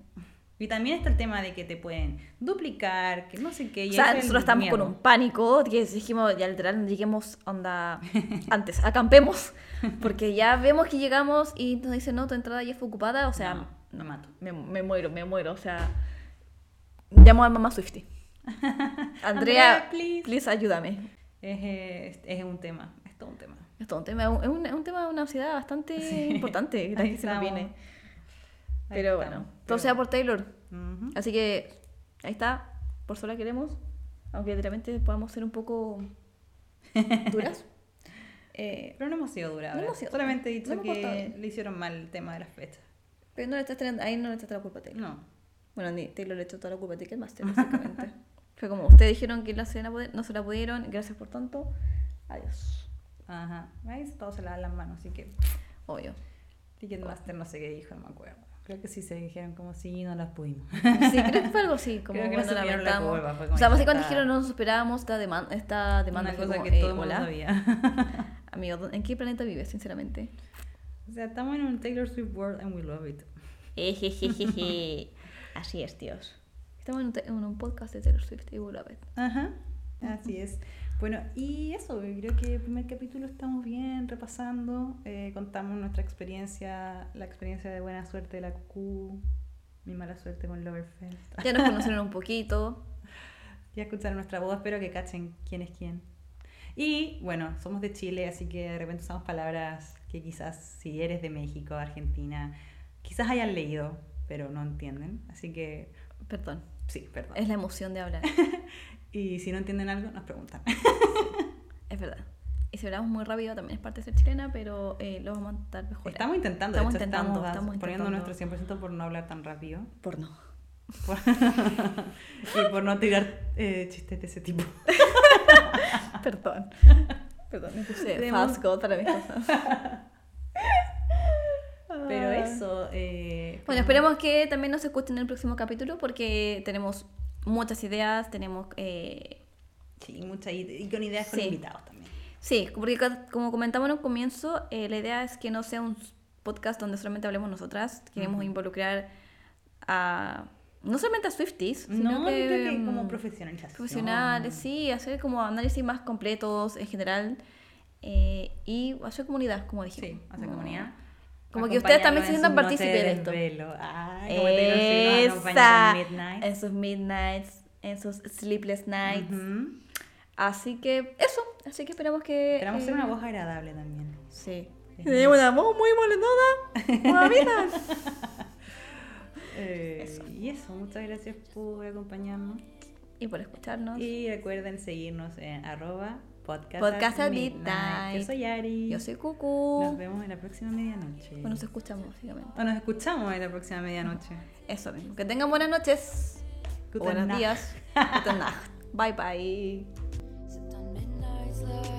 S2: y también está el tema de que te pueden duplicar, que no sé qué. y
S1: o
S2: ese
S1: sea,
S2: es el
S1: nosotros estamos
S2: miedo.
S1: con un pánico que dijimos, ya literal, lleguemos onda (laughs) antes, acampemos, porque ya vemos que llegamos y nos dicen, no, tu entrada ya fue ocupada, o sea,
S2: No, me (laughs) mato.
S1: me, me muero, me muero, o sea, llamo a mamá Swifty. Andrea,
S2: Andrea, please.
S1: please ayúdame.
S2: Es, eh, es, es un tema, es todo un tema.
S1: Es todo un tema, es un, es un tema de una ansiedad bastante
S2: Sí.
S1: importante, la
S2: (laughs) Ahí
S1: que se nos
S2: estamos.
S1: viene.
S2: Ahí
S1: Pero
S2: estamos,
S1: bueno,
S2: pero-
S1: todo sea por Taylor.
S2: Ujú.
S1: Así que ahí está, por sola queremos, aunque de repente podamos ser un
S2: (laughs)
S1: poco duras. Eh,
S2: Pero no hemos sido durados.
S1: No hemos sido
S2: Solamente he
S1: duras.
S2: dicho
S1: No hemos
S2: que
S1: cortado.
S2: le hicieron mal el tema de las fechas.
S1: pero no le estás teniendo- ahí no le estás la culpa a Taylor.
S2: No.
S1: Bueno, ni Taylor le echó toda la culpa a
S2: (laughs)
S1: Ticketmaster, básicamente. Fue como, ustedes dijeron que la cena poder- no se la pudieron, gracias por tanto, adiós.
S2: Ajá. Ahí todos se lavan las manos, así que
S1: Obvio.
S2: Ticketmaster no sé qué dijo, no me acuerdo. Creo que sí se dijeron como sí, no las pudimos.
S1: Sí, creo que fue algo así, como
S2: (laughs) Creo que
S1: bueno,
S2: no supieron la
S1: lamentamos.
S2: culpa, fue como
S1: o sea,
S2: ya
S1: básicamente
S2: está.
S1: dijeron, no nos esperábamos esta, deman- esta demanda.
S2: Una
S1: Fue
S2: cosa
S1: como,
S2: que
S1: eh,
S2: todo el mundo
S1: hola.
S2: sabía.
S1: (laughs)
S2: (laughs)
S1: Amigo, ¿dó- ¿en qué planeta vives, sinceramente?
S2: o sea, estamos en un Taylor Swift world and we love it.
S1: Ejejejeje. Así es, tíos. Estamos en un, te- en un podcast de Taylor Swift y Will Love It.
S2: Ajá. Así es. Bueno, y eso, yo creo que el primer capítulo estamos bien repasando. eh, contamos nuestra experiencia, la experiencia de buena suerte de la Cucú, mi mala suerte con Loverfest.
S1: Ya nos conocieron un poquito.
S2: Ya escucharon nuestra voz, espero que cachen quién es quién. Y bueno, somos de Chile, así que de repente usamos palabras que quizás si eres de México, Argentina, quizás hayan leído, pero no entienden. Así que
S1: Perdón,
S2: sí, perdón.
S1: es la emoción de hablar.
S2: Y si no entienden algo, nos preguntan.
S1: Es verdad. Y si hablamos muy rápido también es parte de ser chilena, pero eh, lo vamos a montar mejor.
S2: Estamos intentando, de
S1: Estamos
S2: hecho,
S1: intentando,
S2: estamos,
S1: estamos
S2: poniendo
S1: intentando.
S2: nuestro 100% por no hablar tan rápido
S1: por no.
S2: por- y por no tirar eh, chistes de
S1: (laughs)
S2: ese tipo.
S1: Perdón. (laughs) Perdón, me puse
S2: Tenemos-
S1: fast God para mis cosas.
S2: Pero eso. eh,
S1: Ah. Bueno, esperemos que también nos escuchen en el próximo capítulo porque tenemos muchas ideas, tenemos... eh,
S2: Sí, mucha, y, y con ideas con
S1: Sí.
S2: invitados también.
S1: Sí, porque co- como comentamos en un comienzo, eh, la idea es que no sea un s- podcast donde solamente hablemos nosotras. Queremos
S2: Ujú.
S1: involucrar a. No solamente a Swifties, sino
S2: No,
S1: que,
S2: yo creo que como
S1: mm,
S2: profesionalización.
S1: profesionales, sí, hacer como análisis más completos en general eh, y hacer comunidad, como dije.
S2: Sí, hacer comunidad.
S1: Como que ustedes también se sientan
S2: Acompañarlo en
S1: partícipes
S2: su
S1: de
S2: noche
S1: esto.
S2: desvelo. Ay, como Taylor Swift nos acompaña
S1: Esa,
S2: con Midnight.
S1: en sus midnights, en sus sleepless nights.
S2: Ujú.
S1: Así que eso, así que esperamos que...
S2: Esperamos ser
S1: eh,
S2: una voz agradable también.
S1: (laughs) Sí.
S2: Sí.
S1: Tenemos (laughs) una voz muy molenona. Mamitas.
S2: Eh, Y eso, muchas gracias por acompañarnos.
S1: (laughs) Y por escucharnos.
S2: Y recuerden seguirnos en arroba podcast,
S1: Podcast
S2: at
S1: at
S2: midnight.
S1: midnight.
S2: Yo soy Ari.
S1: Yo soy
S2: Nos
S1: Cucu.
S2: vemos en la próxima medianoche.
S1: Bueno, nos escuchamos, básicamente.
S2: O nos escuchamos en la próxima medianoche.
S1: Eso mismo. Que tengan buenas noches.
S2: Guten
S1: buenos
S2: (laughs) Nacht.
S1: días. Guten Nacht. Bye bye.
S3: Sit on midnight slow.